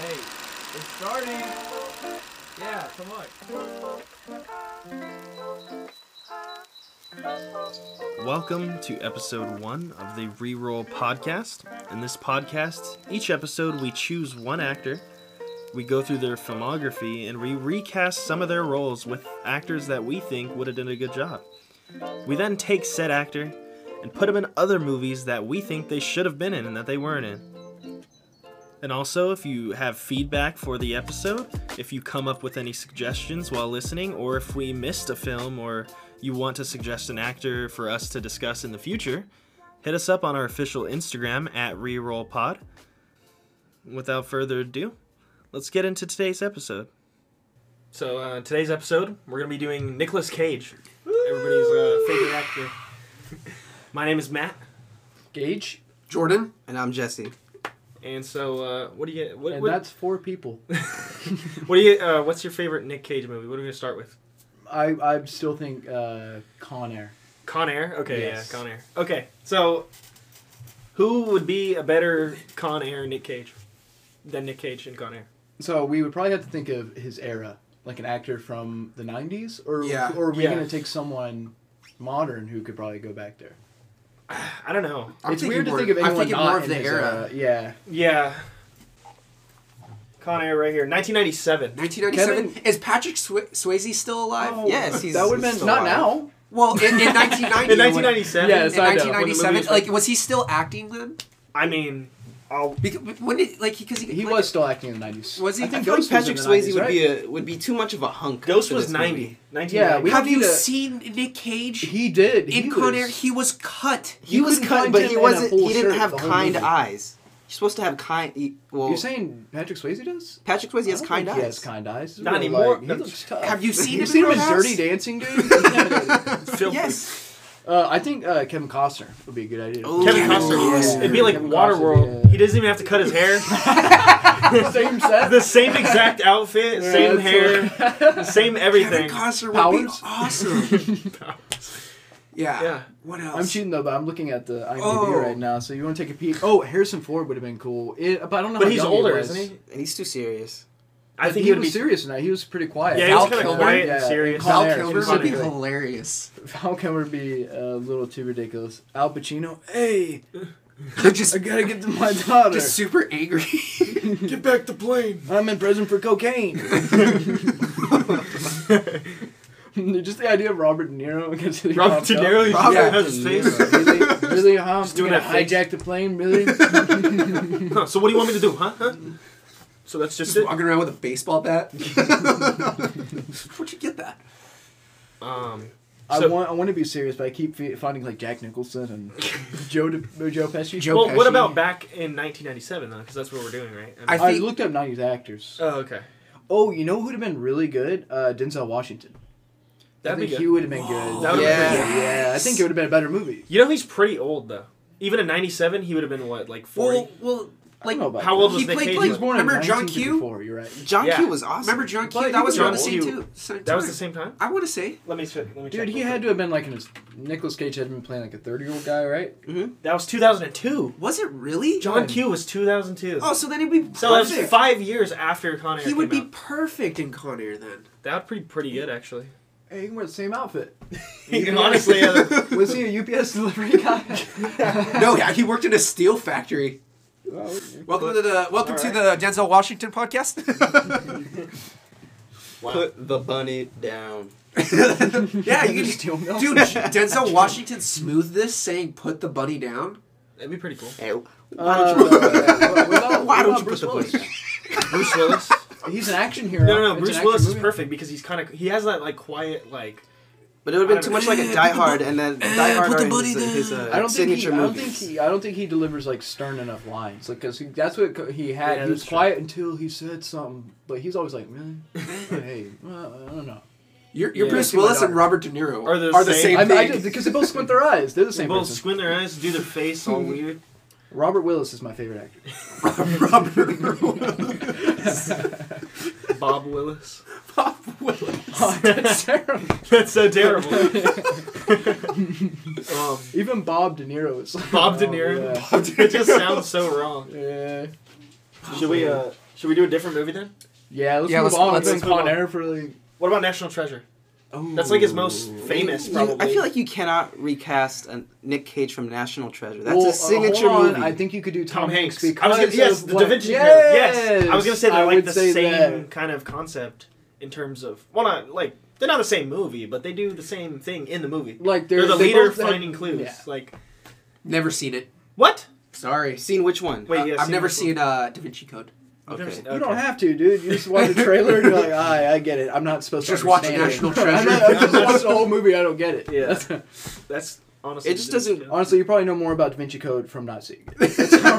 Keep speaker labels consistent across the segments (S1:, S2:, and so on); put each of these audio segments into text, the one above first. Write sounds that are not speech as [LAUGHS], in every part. S1: Hey, it's starting. Yeah, come on.
S2: Welcome to episode one of the Reroll podcast. In this podcast, each episode we choose one actor, we go through their filmography, and we recast some of their roles with actors that we think would have done a good job. We then take said actor and put him in other movies that we think they should have been in and that they weren't in. And also, if you have feedback for the episode, if you come up with any suggestions while listening, or if we missed a film or you want to suggest an actor for us to discuss in the future, hit us up on our official Instagram at RerollPod. Without further ado, let's get into today's episode. So, uh, today's episode, we're going to be doing Nicolas Cage, everybody's uh, favorite actor. [LAUGHS] My name is Matt.
S3: Gage,
S4: Jordan. And I'm Jesse.
S2: And so, uh, what do you what,
S3: and
S2: what,
S3: that's four people.
S2: [LAUGHS] what do you uh, what's your favorite Nick Cage movie? What are we gonna start with?
S3: I I still think uh, Con Air.
S2: Con Air. Okay,
S3: Yes.
S2: yeah, Con Air. Okay, so who would be a better Con Air Nick Cage than Nick Cage in Con Air?
S3: So we would probably have to think of his era, like an actor from the '90s, or
S4: Yeah.
S3: or are we
S2: Yeah.
S3: gonna take someone modern who could probably go back there?
S2: I don't know.
S4: I'm
S3: it's
S4: thinking
S3: weird to
S4: more-
S3: think of
S4: I'm
S3: anyone
S4: thinking
S3: not
S4: more of
S3: in
S4: the
S3: his
S4: era.
S3: Yeah,
S2: Yeah, Con Air right here, 1997.
S4: 1997. Is Patrick Swa- Swayze still alive?
S3: Oh,
S4: yes, he's
S3: that would have been
S4: still
S3: not
S4: alive.
S3: now.
S4: [LAUGHS] Well, in, in 1990.
S2: In 1997.
S3: Yes.
S4: In
S3: I know, when the
S4: 1997,
S3: movie was
S4: like was he still acting then?
S2: I mean, oh, I'll
S4: Because when did like because he,
S3: He
S4: like,
S3: was still acting in the '90s.
S4: was he?
S5: I think
S3: Ghost was
S5: Patrick
S3: in the
S5: Swayze
S3: 90s,
S5: would
S3: right?
S5: be a would be too much of a hunk.
S2: Ghost
S5: for
S2: was
S5: this
S2: 90.
S5: movie.
S2: 1990.
S3: we
S4: Have
S3: don't
S4: you
S3: need to-
S4: seen Nick Cage
S3: He did. He
S4: in Con Air?
S3: was-
S4: He was cut.
S5: He
S3: You
S5: was
S3: couldn't
S5: cut,
S3: find
S5: but
S3: him
S5: he
S3: in a
S5: wasn't.
S3: full
S5: He didn't
S3: shirt
S5: have
S3: the whole
S5: kind
S3: movie.
S5: eyes. You're supposed to have kind. he- Well,
S3: You're saying Patrick Swayze does?
S5: Patrick Swayze
S3: I
S5: has
S3: don't
S5: kind
S3: think
S5: eyes.
S3: He has kind eyes.
S2: Not
S3: Real,
S2: anymore.
S3: Like, he
S2: No.
S3: looks tough.
S4: Have you seen
S3: You
S4: him
S3: seen him in
S4: Roadhouse?
S3: Dirty Dancing, dude?
S4: [LAUGHS]
S2: Filthy.
S4: Yes.
S3: Uh, I think uh, Kevin Costner would be a good idea.
S4: Oh,
S2: Kevin
S4: Yeah.
S2: Costner.
S4: Yeah.
S2: It'd be like
S3: Kevin
S2: Waterworld.
S3: Costner, yeah.
S2: He doesn't even have to cut his
S3: [LAUGHS]
S2: hair. [LAUGHS]
S3: Same set.
S2: the same exact outfit,
S3: Yeah,
S2: same
S3: that's
S2: hair,
S3: what-
S4: [LAUGHS]
S2: same everything.
S4: Kevin Costner would be
S3: Powers? [LAUGHS]
S4: awesome. yeah.
S2: Yeah.
S4: What else?
S3: I'm cheating though, but I'm looking at the IMDb
S4: Oh.
S3: right now. So you want to take a peek? Oh, Harrison Ford would have been cool. It, but I don't know.
S2: But
S3: how
S2: he's
S3: young
S2: older,
S3: he was.
S2: isn't he?
S5: And he's too serious.
S2: I
S3: But
S2: think
S3: he,
S2: he would
S3: was
S2: be.
S3: serious tonight. He was pretty quiet.
S2: Yeah, he was
S4: Val
S2: kind of
S4: Kilmer.
S2: quiet and
S3: Yeah,
S2: serious.
S3: Con
S4: Val
S3: Air,
S4: Kilmer would be
S3: specifically.
S4: hilarious.
S3: Val Kilmer would be a little too ridiculous. Al Pacino, hey, [LAUGHS]
S4: just
S3: I gotta get to my daughter.
S4: just super angry. [LAUGHS]
S2: [LAUGHS] Get back the plane.
S3: I'm in prison
S2: [LAUGHS]
S3: for cocaine. Just the idea of Robert De Niro [LAUGHS] against
S2: Robert De Niro he
S4: Robert
S2: has his
S4: De
S2: face. [LAUGHS]
S3: really, really, huh?
S2: Just
S3: you
S2: doing
S3: gonna
S2: that face.
S3: hijack the plane, really?
S2: Huh, so what do you want me to do, huh? huh? So that's just it.
S4: walking around with a baseball
S3: [LAUGHS]
S4: bat. [LAUGHS] Where'd you get that?
S2: Um,
S3: I
S2: So-
S3: want, I want to be serious, but I keep fe- finding like Jack Nicholson
S2: [LAUGHS]
S3: and Joe De- Joe Pesci.
S4: Joe-
S2: well, what
S4: Pesci.
S2: about back in 1997 though? Because that's what we're doing, right?
S4: I
S3: I
S4: think-
S3: looked up '90s actors.
S2: oh, okay.
S3: Oh, you know who'd have been really good? Uh, Denzel Washington. I
S2: That'd be
S3: think
S2: good.
S3: he would have been good.
S2: That would've
S3: yeah,
S2: been
S4: pretty good.
S3: yeah. I think it would have been a better movie.
S2: You know he's pretty old though. Even in '97, he would have been what, like 40?
S4: Well, well,
S3: I
S4: like
S3: don't know about
S2: how
S3: that.
S2: old was
S4: he
S2: Nick
S4: played
S2: Cage?
S3: He
S4: like
S3: was born in
S4: remember John Q?
S3: 1954. You're right,
S5: John
S2: Yeah.
S5: Q was awesome.
S4: Remember John
S3: Well,
S4: Q?
S3: he
S4: That
S3: was
S4: was around the
S2: John
S4: same
S3: Q.
S4: too. Same
S2: that was
S4: time.
S2: the same time.
S4: I want to say
S2: Let me check. Let me check
S3: dude. He
S2: real
S3: had
S2: quick.
S3: to have been like in his. Nicholas Cage had been playing like a 30 year old guy, right?
S2: That was 2002.
S4: was it really?
S2: John Q was 2002.
S4: Oh, so then he'd be perfect.
S2: So that was five years after Con Air
S4: he would be
S2: came out.
S4: perfect in Con Air then.
S2: That'd be pretty good, [LAUGHS] actually.
S3: Hey, he can wear the same [LAUGHS] outfit.
S2: Honestly, [LAUGHS] uh,
S3: Was he a UPS delivery [LAUGHS] guy?
S4: [LAUGHS] no, yeah, he worked in a steel factory. Welcome to the welcome to the Denzel
S2: [LAUGHS]
S4: Washington podcast.
S5: Put the bunny down.
S4: yeah, you can
S3: just steal milk.
S4: Dude, Denzel Washington smoothed this saying put the bunny down.
S2: that'd be pretty
S3: [LAUGHS]
S2: cool.
S5: Hey,
S3: Why don't you,
S4: Why don't you put
S3: Uh, Bruce
S4: the
S3: Willis?
S4: bunny down?
S2: Bruce Willis.
S3: He's an action hero.
S2: No, no, no.
S3: It's an
S2: Bruce
S3: action
S2: Willis is
S3: movie.
S2: perfect because he's kind of he has that like quiet like.
S5: but it would have
S2: I
S5: been
S2: don't
S5: too much
S2: know.
S5: like
S3: [LAUGHS]
S4: Eh,
S5: a Die
S4: put the
S5: Hard,
S4: bu-
S5: and
S1: [LAUGHS]
S5: then
S4: eh,
S5: Die Hard
S4: put the
S5: are
S4: bunny
S5: his, his uh,
S4: down.
S3: I don't think he.
S5: signature
S3: I don't
S5: movies.
S3: think he. I don't think he delivers like stern enough lines. Like, cause he, that's what co- he had.
S2: Yeah,
S3: he was
S2: that's true.
S3: quiet until he said something. But he's always like, really?
S2: [LAUGHS]
S3: Oh, hey, well, I don't know.
S4: You're, you're
S2: Yeah.
S4: Bruce
S3: See my
S4: Willis and
S3: daughter.
S4: Robert De Niro
S2: Are
S4: are
S2: the
S4: the,
S2: same.
S4: same,
S3: I, mean, I
S4: thing.
S3: just,
S2: [LAUGHS]
S3: because they both squint their eyes. They're the
S2: They
S3: same
S2: both
S3: person.
S2: squint their eyes, do their face all
S3: [LAUGHS]
S2: weird.
S3: Robert Willis is my favorite actor.
S4: [LAUGHS] Robert De Niro. [LAUGHS]
S2: Bob Willis.
S4: Bob Willis.
S3: Oh, [LAUGHS] that's terrible.
S2: [LAUGHS] That's so terrible.
S3: [LAUGHS]
S2: um,
S3: Even Bob De Niro is. Like,
S2: Bob De
S3: oh,
S2: Niro.
S3: yeah.
S2: it just sounds so wrong.
S3: Yeah.
S2: Should we? uh Should we do a different movie then?
S3: Yeah, let's
S4: Yeah,
S3: move
S4: let's-
S3: on.
S4: let's-
S3: We've been
S2: let's
S3: on
S2: move on.
S3: air for like.
S2: What about National Treasure?
S3: Oh.
S2: That's like his most famous,
S5: You-
S2: probably.
S5: I feel like you cannot recast a Nick Cage from National Treasure. That's
S3: Well, uh,
S5: a signature
S3: hold on.
S5: movie.
S3: I think you could do Tom,
S2: Tom Hanks.
S3: Because
S2: I was gonna, yes,
S3: of
S2: the
S3: what-
S2: Da Vinci Code.
S3: Yes,
S2: Yes, I was gonna say
S3: I
S2: they're like
S3: would
S2: the
S3: say
S2: same
S3: that.
S2: kind of concept in terms of well, not like they're not the same movie, but they do the same thing in the movie.
S3: Like
S2: They're,
S3: they're,
S2: the
S3: they
S2: leader
S3: both had-
S2: finding clues.
S3: Yeah.
S2: Like
S4: Never seen it.
S2: what?
S4: Sorry.
S5: Seen which one?
S2: Wait,
S4: Uh,
S2: yeah,
S4: I've
S2: seen
S4: never
S2: this one.
S4: seen uh, Da
S2: [LAUGHS]
S4: Vinci Code.
S2: I've never
S5: Okay.
S2: seen-
S3: You
S2: okay.
S3: don't have to, dude. You just watch the trailer and you're like, "Aye, I get it. I'm not supposed
S4: Just
S3: to
S4: watch
S3: understand it."
S4: National Treasure.
S3: I'm not- [LAUGHS] I just watch the whole movie. I don't get it.
S2: Yeah.
S3: That's-
S2: That's honestly.
S5: It just doesn't-
S3: [LAUGHS] Honestly, you probably know more about Da Vinci Code from not seeing it. [LAUGHS]
S4: [LAUGHS]
S3: That's how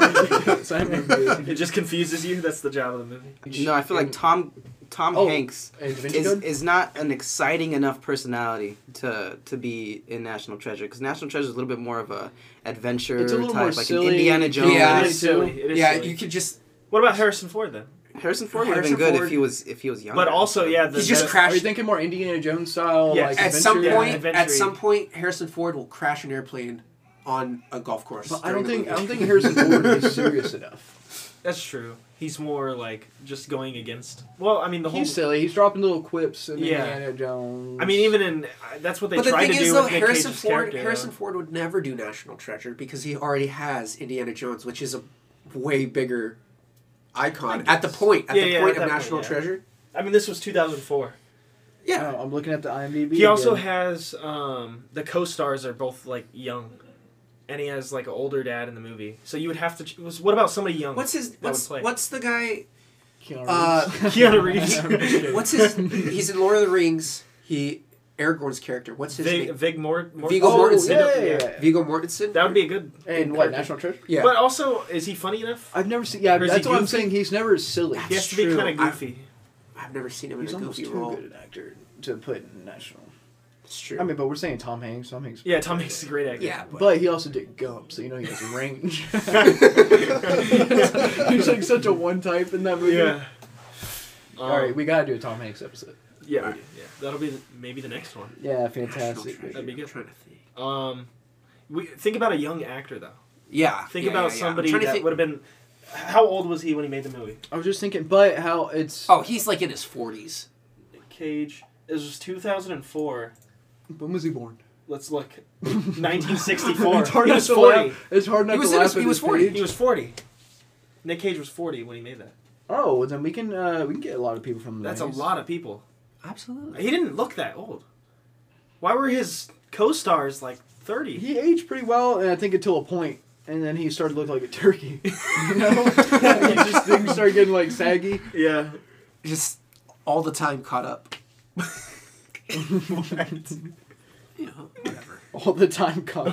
S3: ridiculous I am.
S2: It just confuses you. That's the job of the movie.
S5: No, I feel like Tom Tom
S3: Oh,
S5: Hanks
S3: And Da Vinci
S5: is
S3: Code?
S5: is not an exciting enough personality to to be in National Treasure because National Treasure is a little bit more of a adventure
S3: It's a little
S5: type,
S3: more
S5: like
S3: silly.
S5: an Indiana Jones.
S4: Yeah.
S2: it is silly. It is
S4: yeah,
S2: silly.
S4: you could just.
S2: What about Harrison Ford then?
S5: Harrison Ford would have been
S4: Harrison
S5: good
S4: Ford-
S5: if he was if he was younger.
S2: But also, yeah, the,
S4: He's just
S2: the-
S3: Are you
S4: crashed.
S3: thinking more Indiana Jones style?
S2: Yes.
S3: Like,
S4: At some
S3: adventure?
S2: Yeah,
S4: point,
S2: adventure-y.
S4: at some point, Harrison Ford will crash an airplane on a golf course.
S3: But I
S4: during
S3: don't
S4: the
S3: think I
S4: movie.
S3: don't think Harrison Ford [LAUGHS]
S4: [LAUGHS]
S3: is serious enough.
S2: That's true. He's more like just going against. Well, I mean the whole.
S3: He's silly. He's dropping little quips in
S2: Yeah.
S3: Indiana Jones.
S2: I mean, even in uh, that's what they
S4: But the
S2: tried
S4: thing
S2: to
S4: is,
S2: do
S4: though,
S2: with Nick
S4: Harrison
S2: Cage's
S4: Ford,
S2: character.
S4: Harrison Ford would never do National Treasure because he already has Indiana Jones, which is a way bigger icon at the point at
S2: Yeah,
S4: the
S2: yeah,
S4: point
S2: at
S4: of
S2: that
S4: National
S2: point, yeah.
S4: Treasure.
S2: I mean, this was 2004.
S4: Yeah,
S3: Oh, I'm looking at the IMDb.
S2: He also
S3: again.
S2: has um, the co-stars are both like young, and he has like an older dad in the movie. So you would have to. ch- Was, what about somebody young?
S4: what's his
S2: Oh, that would
S4: what's
S2: play?
S4: what's
S2: [LAUGHS]
S4: the guy?
S3: [LAUGHS] Keanu
S4: uh,
S3: Reeves.
S2: Keanu Reeves.
S3: I'm just kidding.
S2: [LAUGHS]
S4: What's his? he's in Lord of the Rings. He Aragorn's character. What's his
S2: Vig,
S4: name?
S2: Vig Mort, Mort-
S4: Viggo
S3: Oh,
S4: Mortensen.
S3: yeah, yeah,
S2: Yeah.
S3: yeah.
S4: Viggo Mortensen.
S2: That would be a good.
S3: And what National Treasure?
S4: yeah.
S2: But also, is he funny enough?
S3: I've never seen. Yeah,
S2: Or is
S3: that's
S2: he
S3: what I'm
S2: goofy?
S3: saying. He's never silly.
S2: He
S4: That's
S2: has to be
S4: true.
S2: kind of
S4: I-
S2: goofy.
S4: I've never seen him in
S3: He's
S4: a
S3: almost
S4: goofy
S3: too
S4: role.
S3: good an actor to put in National.
S4: It's true.
S3: I mean, but we're saying Tom Hanks. Tom Hanks.
S2: yeah, Tom Hanks is a great actor.
S4: yeah, but,
S3: But he also did Gump, so you know he has [LAUGHS] range. He's like such a one type in that movie.
S2: Yeah. Um,
S3: All right, we gotta do a Tom Hanks episode.
S2: Yeah, we do. yeah. That'll be the, maybe the next one.
S3: Yeah,
S4: National
S3: fantastic.
S4: Treasure,
S2: That'd be good.
S4: I'm trying to think.
S2: Um, we think about a young actor though.
S4: Yeah.
S2: Think
S4: yeah, yeah,
S2: about
S4: yeah. I'm
S2: somebody
S4: trying to
S2: that
S4: think-
S2: would have been. How old was he when he made the movie?
S3: I was just thinking, but how it's.
S4: Oh, he's like in his forties.
S2: Cage. It was 2004.
S3: When was he born?
S2: Let's
S4: [LAUGHS]
S2: look. 1964.
S3: [LAUGHS] It's hard
S2: he
S3: not
S2: was
S3: to
S2: 40.
S3: laugh. It's hard not
S4: He was
S3: to
S4: in
S3: laugh.
S4: his- he
S3: at
S4: was
S3: this
S4: 40.
S3: page.
S2: He was 40. Nick Cage was 40 when he made that.
S3: Oh, well, then we can uh, we can get a lot of people from. The
S2: That's a
S3: 90s.
S2: lot of people.
S4: Absolutely.
S2: He didn't look that old. Why were his co-stars like 30?
S3: He aged pretty well, and I think until a point, and then he started to look like a turkey. [LAUGHS] You
S4: [LAUGHS]
S3: know, he just things started getting like saggy.
S2: yeah.
S4: Just all the time caught up.
S3: [LAUGHS]
S4: You know, whatever.
S3: all the time coming.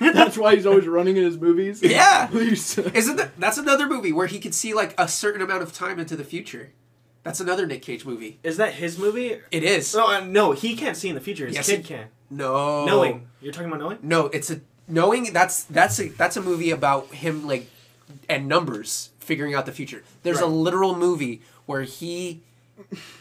S3: That's why he's always running in his movies.
S4: Yeah.
S3: Please.
S4: Isn't that that's another movie where he could see like a certain amount of time into the future? That's another Nick Cage movie.
S2: Is that his movie?
S4: It is.
S2: No, uh, no, he can't see in the future. His
S4: Yes,
S2: kid
S4: he-
S2: can. Oh.
S4: No.
S2: Knowing. You're talking about knowing?
S4: No, it's a knowing that's that's a that's a movie about him like and numbers figuring out the future. There's a
S2: Right.
S4: literal movie where he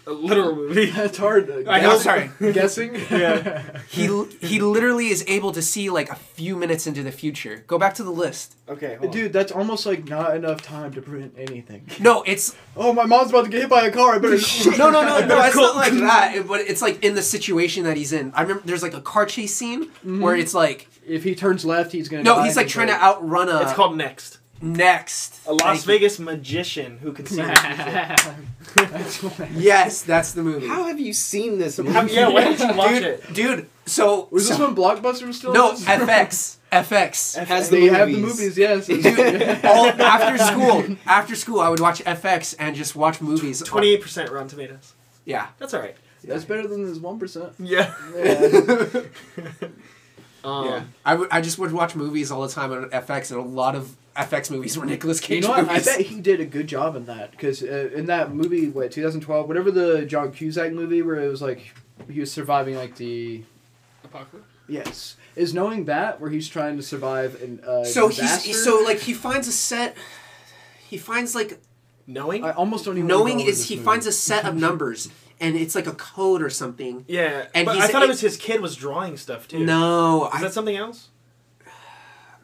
S2: A literal movie.
S3: [LAUGHS] That's hard. uh,
S2: I
S4: know,
S3: guess-
S4: sorry.
S3: Guessing? [LAUGHS]
S2: Yeah.
S4: he he literally is able to see like a few minutes into the future. Go back to the list.
S2: okay,
S3: Dude, that's almost like not enough time to print anything. [LAUGHS]
S4: No, it's
S3: Oh, my mom's about to get hit by a car. [LAUGHS] I
S4: [LAUGHS]
S3: better.
S4: No, no, no, no. It's not like that. It- but it's like in the situation that he's in. I remember there's like a car chase scene
S2: Mm-hmm.
S4: where it's like
S3: If he turns left, he's gonna.
S4: no,
S3: die
S4: he's like
S3: and
S4: trying to outrun
S2: [LAUGHS]
S4: a
S2: It's called Next.
S4: next
S2: A Las
S4: Thank you.
S2: Vegas magician who can see the [LAUGHS] future.
S3: [LAUGHS] That's why.
S4: Yes, that's the movie.
S5: How have you seen this
S2: How-
S5: movie?
S2: yeah, why did you watch
S4: dude,
S2: it?
S4: dude. So,
S3: Was this
S4: so-
S3: when Blockbuster was still?
S4: no
S3: on? [LAUGHS]
S2: [LAUGHS]
S4: FX FX.
S5: Has
S3: They
S5: the
S3: have the
S5: movies.
S3: movies. Yes.
S4: Dude, all, after school, after school, I would watch FX and just watch movies.
S2: Twenty-eight percent Rotten Tomatoes.
S4: Yeah,
S2: That's all right.
S3: [LAUGHS] That's better than this one percent.
S2: Yeah. [LAUGHS] Um,
S4: yeah. I, would, I just would watch movies all the time on FX, and a lot of FX movies were Nicolas
S3: You
S4: Cage
S3: know what? I
S4: movies.
S3: bet he did a good job in that because uh, in that movie, what 2012, whatever the John Cusack movie where it was like he was surviving like the
S2: Apocalypse.
S3: yes is knowing that where he's trying to survive an uh,
S4: [LAUGHS] so he's
S3: disaster.
S4: he- so like he finds a set. He finds like
S2: Knowing.
S3: I almost don't even wanna
S4: knowing
S3: go over
S4: is
S3: this
S4: he
S3: movie.
S4: finds a set of numbers and it's like a code or something.
S2: yeah.
S4: And
S2: but
S4: he's-
S2: I thought it
S4: it-
S2: was his kid was drawing stuff too.
S4: No,
S2: Is
S4: I,
S2: that something else?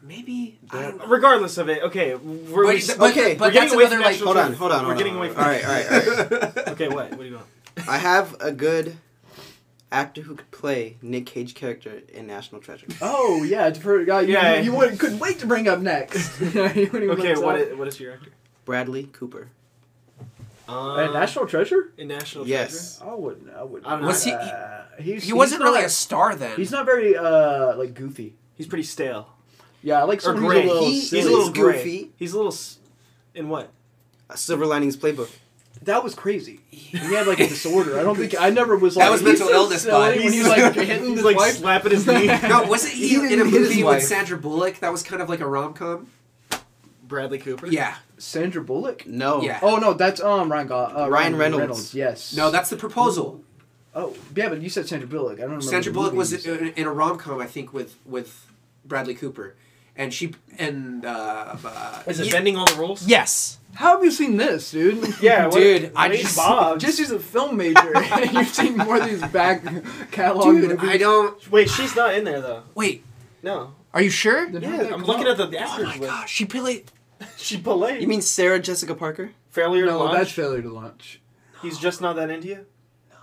S4: Maybe. I don't know.
S2: Regardless of it, okay, we're,
S4: Wait,
S2: we- oh,
S4: but-
S5: okay,
S4: but
S2: we're getting
S4: that's
S2: away
S4: another,
S2: from
S4: like,
S2: national
S5: Hold on,
S2: treasure.
S5: hold on,
S2: We're
S5: hold
S2: getting
S5: on.
S2: away from.
S5: All right, all right, all
S2: [LAUGHS]
S5: right.
S2: Okay, what? What do you want?
S5: I have a good actor who could play Nick Cage character in National Treasure.
S3: Oh yeah, it's for a guy you,
S2: Yeah.
S3: you, you wouldn't- couldn't wait to bring up [LAUGHS] next. You wouldn't even
S2: Okay,
S3: look
S2: what
S3: it up.
S2: is, what is your actor?
S5: Bradley Cooper.
S2: Um,
S3: A national treasure?
S2: in national
S5: Yes.
S3: I wouldn't. I wouldn't.
S2: I don't know. Was
S4: he-
S3: Uh, he's,
S4: He
S3: he's
S4: wasn't
S3: not-
S4: really a star then.
S3: He's not very uh like goofy.
S2: treasure? He's pretty stale.
S3: Yeah, I like
S2: Or
S3: someone who's
S2: gray.
S3: a little
S5: He-
S3: silly.
S2: he's a little
S5: He's
S2: gray.
S5: goofy.
S2: He's a little. S- in what?
S5: A Silver Linings Playbook.
S3: That was crazy. He had like a disorder. I don't think I never was like
S4: That was
S3: "He's
S4: mental
S3: so
S4: illness,
S3: silly,"
S4: bud.
S3: When he was like [LAUGHS] hitting his
S2: like
S3: wife.
S2: slapping his knee.
S4: no, wasn't he,
S5: He
S4: in a
S5: didn't hit his
S4: movie
S5: wife.
S4: with Sandra Bullock? That was kind of like a rom com.
S2: Bradley Cooper.
S4: Yeah.
S3: Sandra Bullock.
S5: No.
S4: Yeah.
S3: Oh no, that's um Ryan Go- uh,
S5: Ryan Reynolds.
S3: Yes.
S4: No, that's the proposal.
S3: Oh yeah, but you said Sandra Bullock. I don't remember.
S4: Sandra
S3: the
S4: Bullock was uh,
S3: movies.
S4: in, in a rom com, I think, with with Bradley Cooper, and she and uh, uh,
S2: Is it
S4: ye-
S2: bending all the rules?
S4: Yes.
S3: How have you seen this, [LAUGHS] dude?
S2: Yeah, what-
S4: Dude, I
S2: Wade
S4: just-
S2: Boggs.
S3: uh, Jesse's a film major. [LAUGHS] You've seen more of these back [LAUGHS]
S2: Oh,
S3: catalog
S4: Dude,
S3: movies.
S4: I
S2: [LAUGHS]
S4: don't.
S2: Wait, she's not in there though.
S4: Wait,
S2: No.
S4: are you sure?
S3: Then how'd
S2: Yeah,
S3: that
S2: I'm
S3: come
S2: looking
S3: up?
S2: at the
S4: Oh
S2: actors
S4: my
S2: with
S4: gosh, she played.
S2: she played.
S5: You mean Sarah Jessica Parker?
S2: failure to
S3: No,
S2: launch?
S3: Oh, that's failure to launch.
S2: He's just not that into you. No.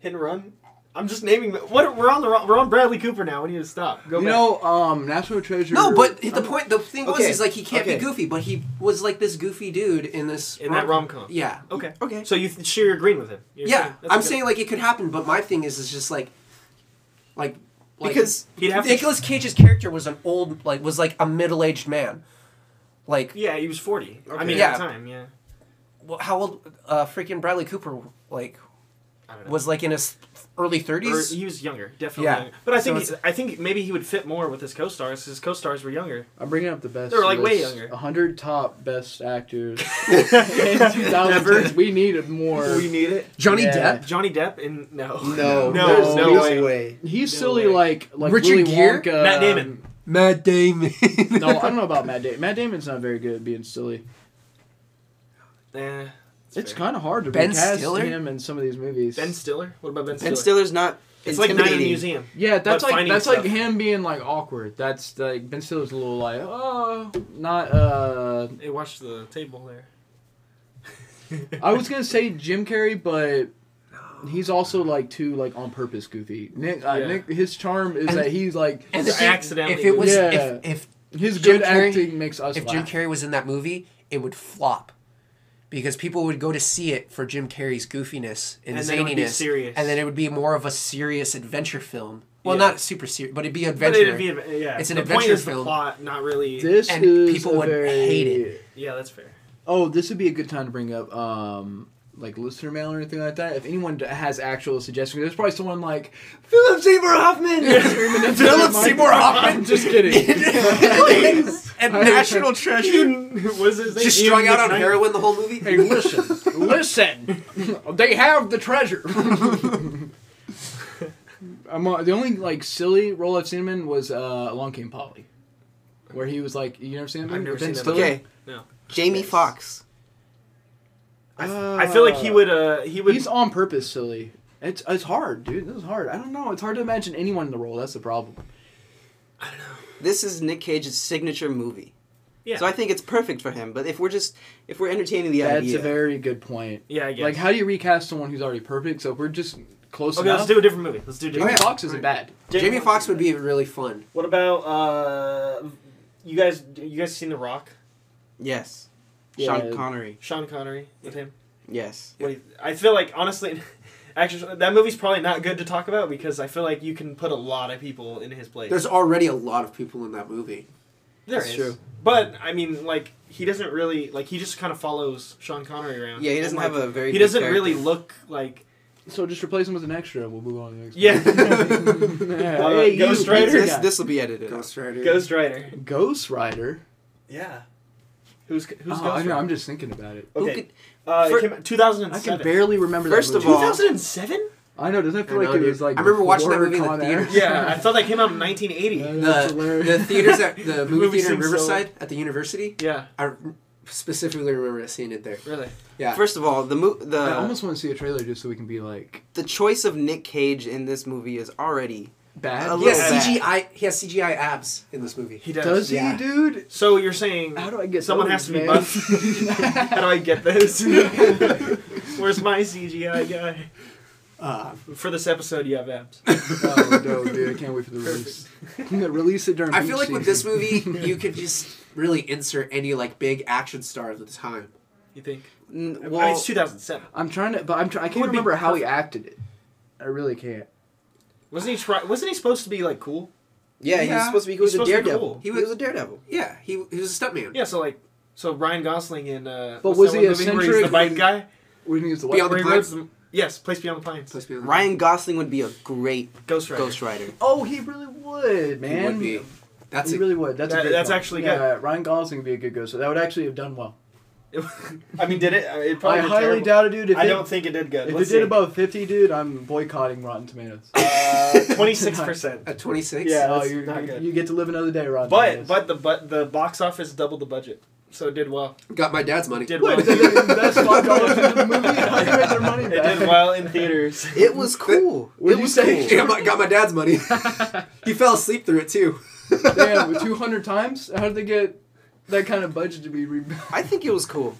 S2: Hit and run. I'm just naming. What we're on the wrong- we're on Bradley Cooper now. We need to stop. Go
S3: You
S2: back.
S3: know, um, National Treasure.
S4: No, but the point, the thing was,
S5: Okay,
S4: is like he can't
S5: okay.
S4: be goofy, but he was like this goofy dude in this
S2: in that rom com.
S4: Yeah,
S2: Okay.
S5: Okay.
S2: So you th- sure you're agreeing with him? You're
S4: yeah.
S2: that's
S4: I'm
S2: good.
S4: saying like it could happen, but my thing is, is just like, like, like
S5: Because
S2: he'd have to.
S4: Nicolas Cage's character was an old, like, was like a middle aged man. Like,
S2: Yeah, he was 40. I
S5: Okay.
S2: mean,
S4: Yeah.
S2: at the time, yeah.
S4: well, how old? Uh, freaking Bradley Cooper, like,
S2: I don't know.
S4: was like in his early
S2: Or
S4: thirties.
S2: he was younger, definitely.
S4: Yeah.
S2: Younger. But I think
S4: So
S2: he- I think maybe he would fit more with his co-stars. 'cause His co-stars were younger.
S3: I'm bringing up the best.
S2: They were, like, way
S3: list.
S2: younger.
S3: 100 top best actors [LAUGHS] in
S2: [LAUGHS]
S3: 2010. We needed more.
S2: need it.
S4: Johnny
S3: Yeah.
S4: Depp.
S2: Johnny Depp in no.
S5: No.
S2: No.
S3: there's
S2: No,
S3: no
S2: way.
S5: way.
S3: He's
S2: No
S3: silly
S2: way.
S3: like like
S4: Richard
S3: Willy
S4: Gere?
S3: Wonka. um,
S2: Matt Damon.
S4: Matt Damon.
S3: [LAUGHS] No, I don't know about Matt Damon. Matt Damon's not very good at being silly.
S2: Eh, that's
S3: It's
S2: fair.
S3: kind of hard to
S4: Ben
S3: recast
S4: Stiller?
S3: him in some of these movies.
S2: Ben Stiller. What about Ben Stiller?
S5: Ben Stiller's not.
S2: It's like Night in the
S5: intimidating.
S2: Museum.
S3: yeah, that's
S2: But
S3: like
S2: finding
S3: that's
S2: stuff.
S3: like him being like awkward. That's like Ben Stiller's a little like oh not uh.
S2: Hey, watch the table there.
S3: I was gonna say Jim Carrey, but he's also like too like on purpose goofy. Nick, uh,
S2: Yeah.
S3: Nick, his charm is
S4: And-
S3: that he's like
S4: And
S2: It's
S4: if-
S2: accidentally
S4: If it was,
S3: good.
S4: if, if
S3: his
S4: Jim
S3: good
S4: Carrey-
S3: acting makes us
S4: if
S3: laugh.
S4: Jim Carrey was in that movie, it would flop. Because people would go to see it for Jim Carrey's goofiness and,
S2: And then it
S4: zaniness,
S2: would be serious.
S4: and then it would be more of a serious adventure film. Well,
S2: Yeah.
S4: not super serious, but it'd be
S2: But
S4: adventure.
S2: it'd be, a- yeah.
S4: It's an
S2: the
S4: adventure
S2: point is
S4: film.
S2: The plot, not really.
S3: this
S4: and
S3: is
S4: people
S3: a
S4: would
S3: very-
S4: hate it.
S2: Yeah, that's fair. [LAUGHS]
S3: Oh, this would be a good time to bring up um like listener mail or anything like that. If anyone d- has actual suggestions, there's probably someone like Philip Seymour
S4: [LAUGHS]
S3: Hoffman. screaming into their
S4: Philip
S3: mic.
S4: Seymour Hoffman?
S3: I'm just kidding.
S4: [LAUGHS] and National [LAUGHS] Treasure.
S2: was his name?
S4: Just
S2: Ian
S4: strung out on
S2: McKnight?
S4: heroin the whole movie.
S3: hey, listen, listen. they have the treasure. [LAUGHS] I'm, uh, the only like silly role I've seen him in was uh, Along Came Polly, where he was like, you never seen that?
S2: I've never seen that
S5: [LAUGHS]
S2: movie.
S5: Okay.
S2: No.
S5: Jamie
S3: Yes.
S5: Fox.
S2: I feel like he would. Uh, he would.
S3: He's on purpose silly. It's it's hard, dude. This is hard. I don't know. It's hard to imagine anyone in the role. That's the problem.
S5: This is Nick Cage's signature movie.
S2: Yeah.
S5: So I think it's perfect for him. But if we're just if we're entertaining the
S3: That's
S5: idea,
S3: a very good point.
S2: yeah, I guess.
S3: Like, how do you recast someone who's already perfect? So if we're just close
S2: okay,
S3: enough.
S2: let's do a different movie. Let's do a
S3: Jamie
S2: different.
S3: Foxx isn't bad.
S4: Jamie Foxx would be really fun.
S2: What about uh, you guys? You guys seen The Rock?
S5: yes,
S3: Yeah.
S5: Sean Connery,
S2: Sean Connery with him.
S5: yes.
S2: What do you- I feel like honestly, [LAUGHS] actually, that movie's probably not good to talk about because I feel like you can put a lot of people in his place.
S4: There's already a lot of people in that movie.
S2: There
S5: That's
S2: is.
S5: true.
S2: But I mean, like he doesn't really like he just kind of follows Sean Connery around.
S5: Yeah, he doesn't
S2: And,
S5: have
S2: like,
S5: a very.
S2: He
S5: good
S2: doesn't
S5: character.
S2: really look like
S3: So just replace him with an extra. We'll move on to the next.
S2: yeah. [LAUGHS]
S3: one.
S2: Uh,
S3: hey, you
S2: Ghost Rider?
S3: pizza
S5: This
S3: guy.
S5: this will be edited. out.
S4: Ghost Rider.
S2: Ghost Rider.
S3: Ghost Rider.
S2: Yeah. Who's who's
S3: Oh,
S2: Ghost
S3: I
S2: Rider?
S3: know. I'm just thinking about it.
S5: Who
S2: okay.
S5: could-
S2: uh,
S5: for-
S2: it came out 2007.
S3: I can barely remember.
S5: First
S3: that
S5: of
S3: movie.
S5: all-
S2: 2007?
S3: I know. Doesn't it feel
S5: I know,
S3: like it
S5: dude.
S3: was like?
S4: I remember watching that
S3: before
S4: movie in the
S3: Con
S4: theater.
S3: Air?
S2: Yeah, I thought that came out in 1980.
S3: That's
S4: The,
S3: hilarious.
S4: the theaters at the movie
S2: movie
S4: theater in
S2: seems so-
S4: Riverside at the university.
S2: Yeah,
S4: I specifically remember seeing it there.
S2: really.
S4: Yeah.
S5: First of all, the mo- the
S3: [LAUGHS] I almost want to see a trailer just so we can be like.
S5: the choice of Nick Cage in this movie is already
S3: bad.
S5: A
S4: He has
S5: little bad.
S4: CGI. He has CGI abs in this movie.
S2: He does.
S3: Does he,
S4: Yeah.
S3: dude?
S2: So you're saying
S3: How do I get
S2: someone
S3: those,
S2: has to be
S3: man? [LAUGHS]
S2: buff? How do I get this? Where's my CGI guy?
S3: Ah.
S4: Uh,
S2: For this episode, you have abs.
S3: oh no, dude! I can't wait for the release. release it during.
S4: I
S3: beach
S4: feel like with this
S3: season.
S4: movie, you could just really insert any like big action star of the time.
S2: You think?
S5: N-
S2: I mean,
S5: Well,
S2: it's 2007.
S3: I'm trying to, but I'm try- I can't
S2: would be
S3: remember how he acted it. I really can't.
S2: Wasn't he try- Wasn't he supposed to be like cool?
S5: yeah, he was
S4: Yeah.
S5: supposed to be. He
S2: He's
S5: was a
S2: supposed to be
S5: daredevil.
S2: cool.
S5: He was a daredevil.
S4: Yeah, he, he was a stuntman.
S2: Yeah. So like, so Ryan Gosling in. Uh,
S3: But
S2: what's
S3: was
S2: that
S3: he
S2: one
S3: a
S2: movie where he's the
S3: centurion?
S2: bike guy?
S3: We need to
S4: Beyond
S2: Where
S4: the
S2: he rides
S4: Pines?
S2: the- yes, Place Beyond the Pines.
S4: Let's be honest.
S5: Ryan Gosling would be a great
S2: Ghost Rider.
S5: Ghost Rider.
S3: Oh, he really would, man.
S4: He would be. That's
S3: he
S4: a,
S3: really would. That's a
S2: That-
S3: great
S2: that's
S3: call.
S2: actually
S3: yeah,
S2: good.
S3: Ryan Gosling would be a good ghost. So that would actually have done well.
S2: [LAUGHS] I mean, did it? I mean, it
S3: I
S2: probably did
S3: highly
S2: terrible.
S3: doubt it, dude. If
S2: I
S3: it,
S2: don't think it did good.
S3: If
S2: Let's
S3: it did
S2: see.
S3: above fifty, dude, I'm boycotting Rotten Tomatoes.
S2: Uh,
S3: [LAUGHS]
S2: twenty-six percent.
S4: at 26.
S2: Yeah.
S3: oh,
S2: that's
S3: you're,
S2: not
S3: you-
S2: good.
S3: you get to live another day, Rotten
S2: But
S3: Tomatoes.
S2: but the but the box office doubled the budget, so it did well.
S4: Got my dad's money.
S2: It did well.
S3: what if they
S4: [LAUGHS]
S3: invest five dollars into the movie? [LAUGHS] How do you make their money
S2: It
S3: back?
S2: did well in
S3: [LAUGHS]
S2: theaters.
S5: It was cool.
S3: What'd
S5: it
S3: you
S5: was
S3: say?
S5: cool.
S4: [LAUGHS] Got my, got my dad's money. he fell asleep through it too.
S3: Damn, two hundred times. How did they get that kind of budget to be? Re-
S5: [LAUGHS] I think it was cool.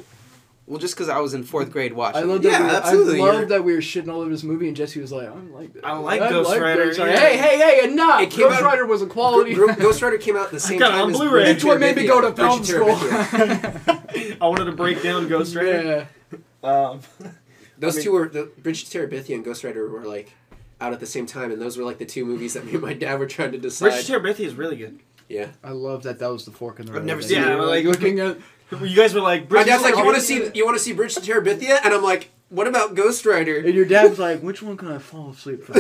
S5: Well, just because I was in fourth grade watching.
S3: I love
S5: it.
S3: that.
S4: Yeah,
S3: we were,
S4: absolutely,
S3: I love
S4: you're-
S3: that we were shitting all over this movie, and Jesse was like, "I don't like that.
S2: I like Ghost Rider,
S3: Ghost Rider."
S2: yeah.
S3: Hey, hey, hey! Enough.
S4: It came
S3: Ghost
S4: out-
S3: Rider was a quality. [LAUGHS]
S4: Gro- Gro- Ghost Rider came out at the same
S2: got it
S4: time
S2: on
S4: as
S2: Blu-ray.
S4: Bridge
S3: It's what made me
S4: Terabithia.
S3: go to
S4: Bridge
S3: film school. [LAUGHS]
S4: Terabithia. [LAUGHS]
S2: I wanted to break down Ghost Rider.
S3: yeah.
S2: Um,
S4: Those
S2: I mean-
S4: two were the Bridge to Terabithia and Ghost Rider were like out at the same time, and those were like the two movies that me and my dad were trying to decide.
S2: Richard Terabithia is really good.
S4: yeah,
S3: I love that. That was the fork in the road.
S5: never
S3: that
S5: seen
S3: you
S2: it.
S3: were,
S2: Yeah, like-
S3: looking at.
S2: You guys were like,
S4: my
S2: Bridge
S4: dad's like, "You want to
S2: Terabithia?"
S4: see you want to see Bridge to Terabithia?" And I'm like, "What about Ghost
S3: [LAUGHS]
S4: Rider?"
S2: [LAUGHS]
S3: And your dad's like, which one can I fall asleep from?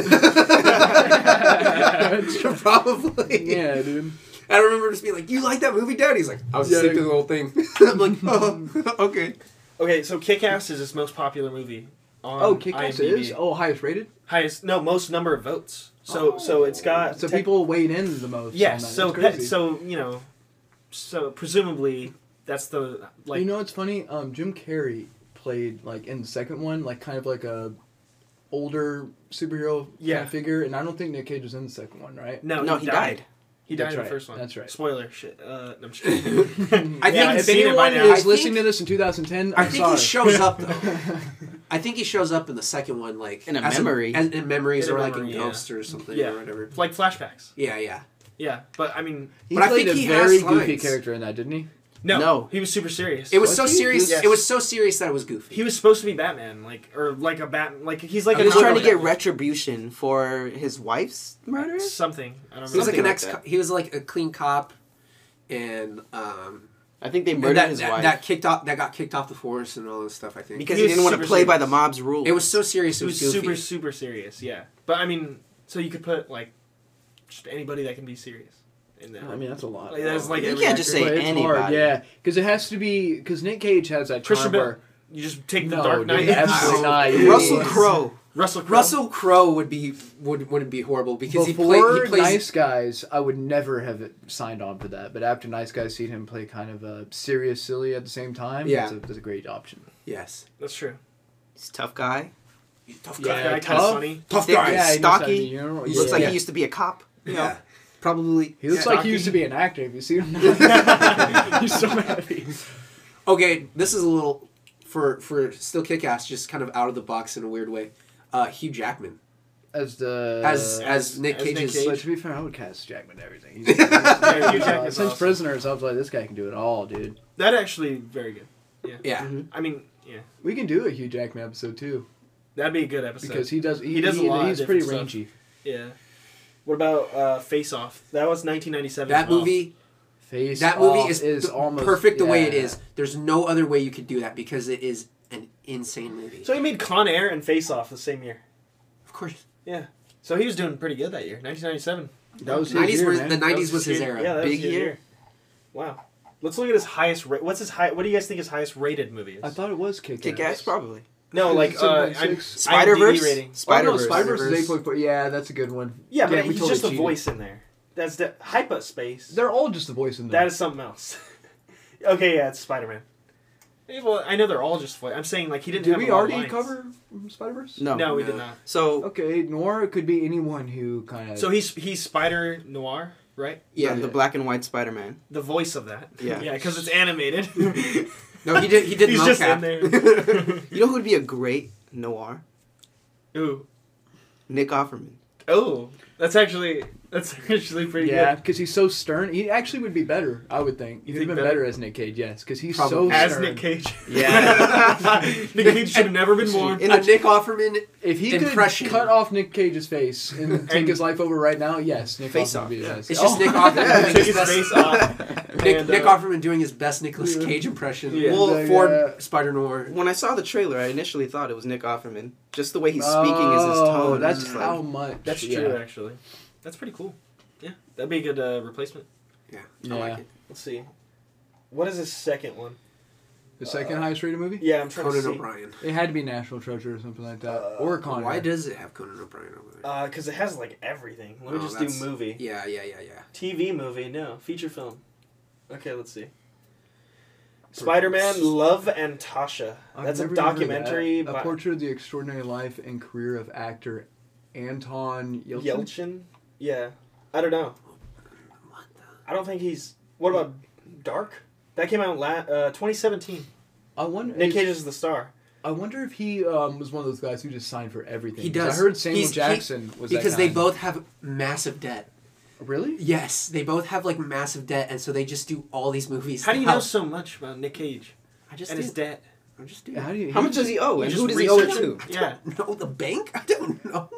S3: yeah,
S4: [LAUGHS] Probably.
S3: dude.
S4: I remember just being like, "You like that movie, Dad?" He's like, "I was
S3: Yeah,
S4: asleep
S3: dude.
S4: through the whole thing." [LAUGHS] I'm like, "Oh, [LAUGHS] okay."
S2: Okay, so Kick Ass is his most popular movie. On
S3: Oh, Kick Ass
S2: IMDb.
S3: is? Oh, highest rated?
S2: highest no most number of votes. So so it's got
S3: Oh. So
S2: tech-
S3: people weighed in the most.
S2: Yes,
S3: on
S2: so
S3: that. That's
S2: pe-
S3: crazy.
S2: so you know, so presumably that's the like
S3: you know what's funny? Um, Jim Carrey played, like, in the second one, like, kind of like a older superhero kind
S2: Yeah.
S3: of figure, and I don't think Nick Cage was in the second one, right?
S2: no
S5: No, he died.
S2: He died
S3: That's
S2: in the
S3: right,
S2: first one.
S3: that's right.
S2: Spoiler shit. Uh, no, I'm just kidding. [LAUGHS]
S4: I
S2: Yeah,
S4: think
S2: I've
S3: if
S2: seen it by
S3: anyone
S2: now.
S4: I
S3: is
S4: think-
S3: listening to this in 2010,
S4: I
S3: I'm
S4: think
S3: sorry.
S4: he shows up though. I think he shows up in the second one, like
S5: In a
S4: as
S5: memory.
S4: as in memories,
S2: In a
S4: or like in
S2: memory, yeah.
S4: Ghost or something
S2: Yeah.
S4: or whatever.
S2: like flashbacks.
S4: Yeah, yeah.
S2: Yeah, but I mean,
S3: He
S4: But I
S3: played
S4: think
S3: a
S4: he
S3: very
S4: has
S3: goofy
S4: lines.
S3: character in that, didn't he?
S2: no,
S5: No.
S2: he was super serious.
S4: It was,
S3: Was
S4: so
S3: he?
S4: serious.
S2: Yes.
S4: It was so serious that it was goofy.
S2: He was supposed to be Batman, like or like a bat, like he's like
S5: He
S2: a
S5: was trying to get
S2: criminal.
S5: retribution for his wife's murder.
S2: something. I don't
S4: He was
S2: know.
S4: like
S5: Something
S4: an
S5: like
S4: ex.
S5: that.
S4: he was like a clean cop, and um,
S5: I think they
S4: and
S5: murdered
S4: that,
S5: his
S4: that,
S5: wife
S4: that kicked off. That got kicked off the force and all this stuff. I think
S5: because
S2: He
S5: he,
S2: was
S5: didn't want to
S2: super
S5: play by the
S2: serious.
S5: mob's rules.
S4: it was so serious. It
S2: It was
S4: was,
S2: super
S4: goofy.
S2: super serious. Yeah, but I mean, so you could put like just anybody that can be serious in there.
S3: I mean, that's a lot.
S2: like, that's like
S5: You
S2: every
S5: can't just
S2: actor.
S5: say
S3: But it's hard,
S5: anybody.
S3: yeah, because it has to be because Nick Cage has that
S2: Christian
S3: charm
S2: Bale.
S3: where
S2: You just take the
S3: No,
S2: Dark
S3: dude,
S2: Knight. [LAUGHS]
S3: absolutely
S2: out.
S3: not.
S5: Dude, Russell
S4: Yes.
S5: Crowe.
S2: Russell Crowe.
S4: Russell Crowe would be would wouldn't be horrible because he, play,
S3: before
S4: he plays.
S3: Nice Guys, I would never have signed on for that. But after Nice Guys, seeing him play kind of a serious silly at the same time,
S4: Yeah.
S3: that's a, that's a great option.
S4: Yes,
S2: That's true.
S5: He's a tough guy.
S4: He's a tough
S3: Yeah,
S4: guy.
S2: That guy kinda
S3: tough.
S2: funny.
S4: Tough
S5: Thick,
S4: guy.
S3: Yeah, he knows how to
S5: stocky.
S3: be general-
S5: He looks like
S4: yeah.
S5: he used to be a cop. you know?
S4: Yeah.
S5: Probably.
S3: He looks
S4: Yeah.
S3: like he used to be an actor. If you see him, [LAUGHS] now. he's so happy.
S4: Okay, this is a little for for still kick ass, just kind of out of the box in a weird way. Uh, Hugh Jackman
S3: As the
S4: as as
S2: Uh,
S4: Nick
S2: as Nick
S4: Cage's
S2: Cage.
S3: But to be fair, I would cast Jackman and everything. He's-
S2: Yeah, Hugh
S3: uh,
S2: Jackman's
S3: since
S2: awesome.
S3: Prisoners, I was like, this guy can do it all, dude.
S2: That actually very good.
S4: yeah.
S2: I mean, yeah,
S3: We can do a Hugh Jackman episode too
S2: that'd be a good episode.
S3: because he does. He,
S2: He does a lot of
S3: He's pretty
S2: different
S3: rangy.
S2: yeah. What about uh, Face Off? That was 1997.
S4: That
S2: as well.
S4: movie,
S3: Face
S4: that movie
S3: Off
S4: is,
S3: is
S4: th-
S3: almost
S4: perfect the way it
S3: yeah.
S4: is. There's no other way you could do that because it is an insane movie.
S2: So he made Con Air and Face Off the same year.
S4: of course,
S2: Yeah. So he was doing pretty good that year, 1997.
S3: That was his
S4: 90s
S3: year,
S4: were
S3: man.
S4: the
S2: That
S4: 90s was his
S2: year-
S4: era.
S2: Yeah, that was
S5: Big
S2: his
S5: year.
S2: Wow. Let's look at his highest. Ra- what's his high? What do you guys think his highest rated movie is?
S3: I thought it was Kick
S5: Kick ass, probably.
S2: no, like uh,
S3: 7.6.
S2: I'm-
S5: Spider
S2: IMDb
S5: Verse.
S2: rating.
S3: Oh,
S5: Spider
S3: no,
S5: Verse.
S3: Spider Verse is eight point four. Yeah, that's a good one.
S2: Yeah, but
S3: Damn, we
S2: he's
S3: totally
S2: just a
S3: cheated.
S2: voice in there. That's the hyperspace.
S3: They're all just the voice in
S2: [LAUGHS]
S3: there.
S2: That is something else. okay, yeah, it's Spider Man. Eh, Well, I know they're all just flair. I'm saying like he didn't.
S3: Did
S2: have
S3: we
S2: a lot of lines.
S3: already cover Spider Verse?
S5: No.
S2: No, we did not.
S5: So
S3: Okay, noir could be anyone who kind of.
S2: So he's he's Spider Noir, right?
S5: yeah, the
S3: Yeah.
S5: black and white Spider Man.
S2: The voice of that.
S5: Yeah.
S2: [LAUGHS] Yeah, because it's [LAUGHS] animated.
S4: No, he did. He
S2: [LAUGHS]
S4: did.
S2: he's
S4: mocap.
S2: just in
S4: [LAUGHS]
S2: there.
S5: You know who would be a great noir?
S2: Ooh.
S5: Nick Offerman.
S2: Oh, that's actually that's actually pretty
S3: yeah,
S2: good.
S3: because he's so stern. He actually would be better, I would think. He'd
S2: think
S3: been better?
S2: better?
S3: as Nick Cage, yes, because he's
S4: Probably.
S3: so
S2: As
S3: stern.
S2: Nick Cage.
S3: Yeah.
S2: [LAUGHS] Nick Cage should have never
S3: [LAUGHS]
S2: been born.
S5: In
S4: a
S5: a,
S4: Nick Offerman.
S3: If he could
S4: Impression.
S3: cut off Nick Cage's face
S2: [LAUGHS]
S3: and take his life over right now, yes, Nick
S5: Face
S3: Offerman
S5: off,
S3: would be the
S5: yeah.
S3: best.
S4: It's just
S3: Oh.
S4: Nick
S2: [LAUGHS]
S4: Offerman. doing
S2: Take
S4: his
S2: his
S4: best,
S2: face off.
S4: Nick,
S2: and,
S4: Nick
S2: uh,
S4: Offerman doing his best Nicolas Cage impression.
S2: Yeah.
S5: Well,
S3: Yeah,
S4: for
S3: yeah.
S4: Spider Noir.
S5: [LAUGHS] when I saw the trailer, I initially thought it was Nick Offerman. Just the way he's speaking is his
S3: Oh,
S5: tone. It's
S3: That's
S5: just
S3: how
S5: Like,
S3: much.
S2: That's
S3: yeah.
S2: true, actually. That's pretty cool. Yeah, that'd be a good uh, replacement.
S4: Yeah,
S3: Yeah.
S4: I like it.
S2: Let's see. What is his second one?
S3: The second highest rated movie?
S2: Yeah, I'm trying
S4: Conan
S2: to see.
S4: O'Brien.
S3: It had to be National Treasure or something like that, or Conrad.
S4: Why does it have Conan O'Brien over there?
S2: Uh, cause it has like everything. Let me
S4: Oh,
S2: just do
S4: that's-
S2: movie.
S4: yeah, yeah, yeah, yeah.
S2: TV movie, no. Feature film. Okay, let's see. Spider Man Love and Tasha.
S3: I've
S2: That's a
S3: never even heard of that.
S2: documentary
S3: A
S2: by
S3: portrait of the extraordinary life and career of actor Anton Yelchin.
S2: Yelchin. Yeah. I don't know.
S4: What the?
S2: I don't think he's. What about Dark? That came out la- uh, 2017.
S3: I wonder.
S2: Nick
S3: is-
S2: Cage is the star.
S3: I wonder if he um, was one of those guys who just signed for everything.
S4: He
S3: 'Cause
S4: does.
S3: I heard Samuel
S4: He's- he-
S3: Jackson was that
S4: Because they
S3: guy.
S4: both have massive debt.
S3: really.
S4: Yes, they both have like massive debt, and so they just do all these movies.
S2: How do you
S4: now.
S2: know so much about Nick Cage
S4: I just
S2: and his
S4: did.
S2: debt?
S4: I'm just doing.
S3: How do you?
S5: how much does he owe?
S2: You
S5: And
S2: just
S5: who does he owe it
S2: research
S5: to?
S2: him? Yeah.
S4: [LAUGHS] No, the bank? [LAUGHS] I don't know.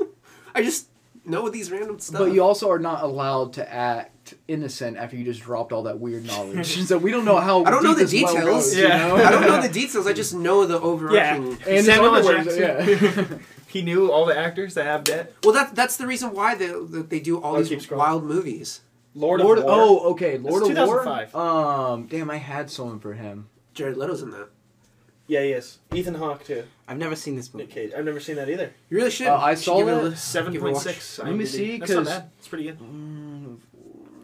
S4: I just know these random stuff.
S3: But you also are not allowed to act innocent after you just dropped all that weird knowledge.
S4: [LAUGHS]
S3: so we don't know how.
S4: I don't know
S3: deep
S4: the
S3: this well
S4: details.
S3: goes,
S2: Yeah. [LAUGHS]
S3: You know?
S4: I don't know the details. I just know the overarching.
S3: And his
S2: Samuel
S3: underwear,
S2: Jackson. he knew all the actors that have debt.
S4: Well, that that's the reason why they that they do all
S2: Oh, keep
S4: these
S2: scrolling.
S4: wild movies.
S2: [LAUGHS] Lord,
S3: Lord,
S2: of War.
S3: oh, okay, Lord of War.
S2: 2005.
S3: Um, damn, I had someone for him.
S4: Jared Leto's in that.
S2: Yeah, yes. Ethan Hawke, too.
S5: I've never seen this
S2: Nick
S5: movie.
S2: Cage. I've never seen that either.
S4: You really should.
S3: Uh, I
S4: You should
S3: saw
S4: give it a
S3: that.
S4: listen.
S2: Seven
S4: Give it a
S2: point
S4: watch.
S2: six.
S3: Let me see,
S2: That's not
S3: 'cause-
S2: bad. It's pretty good.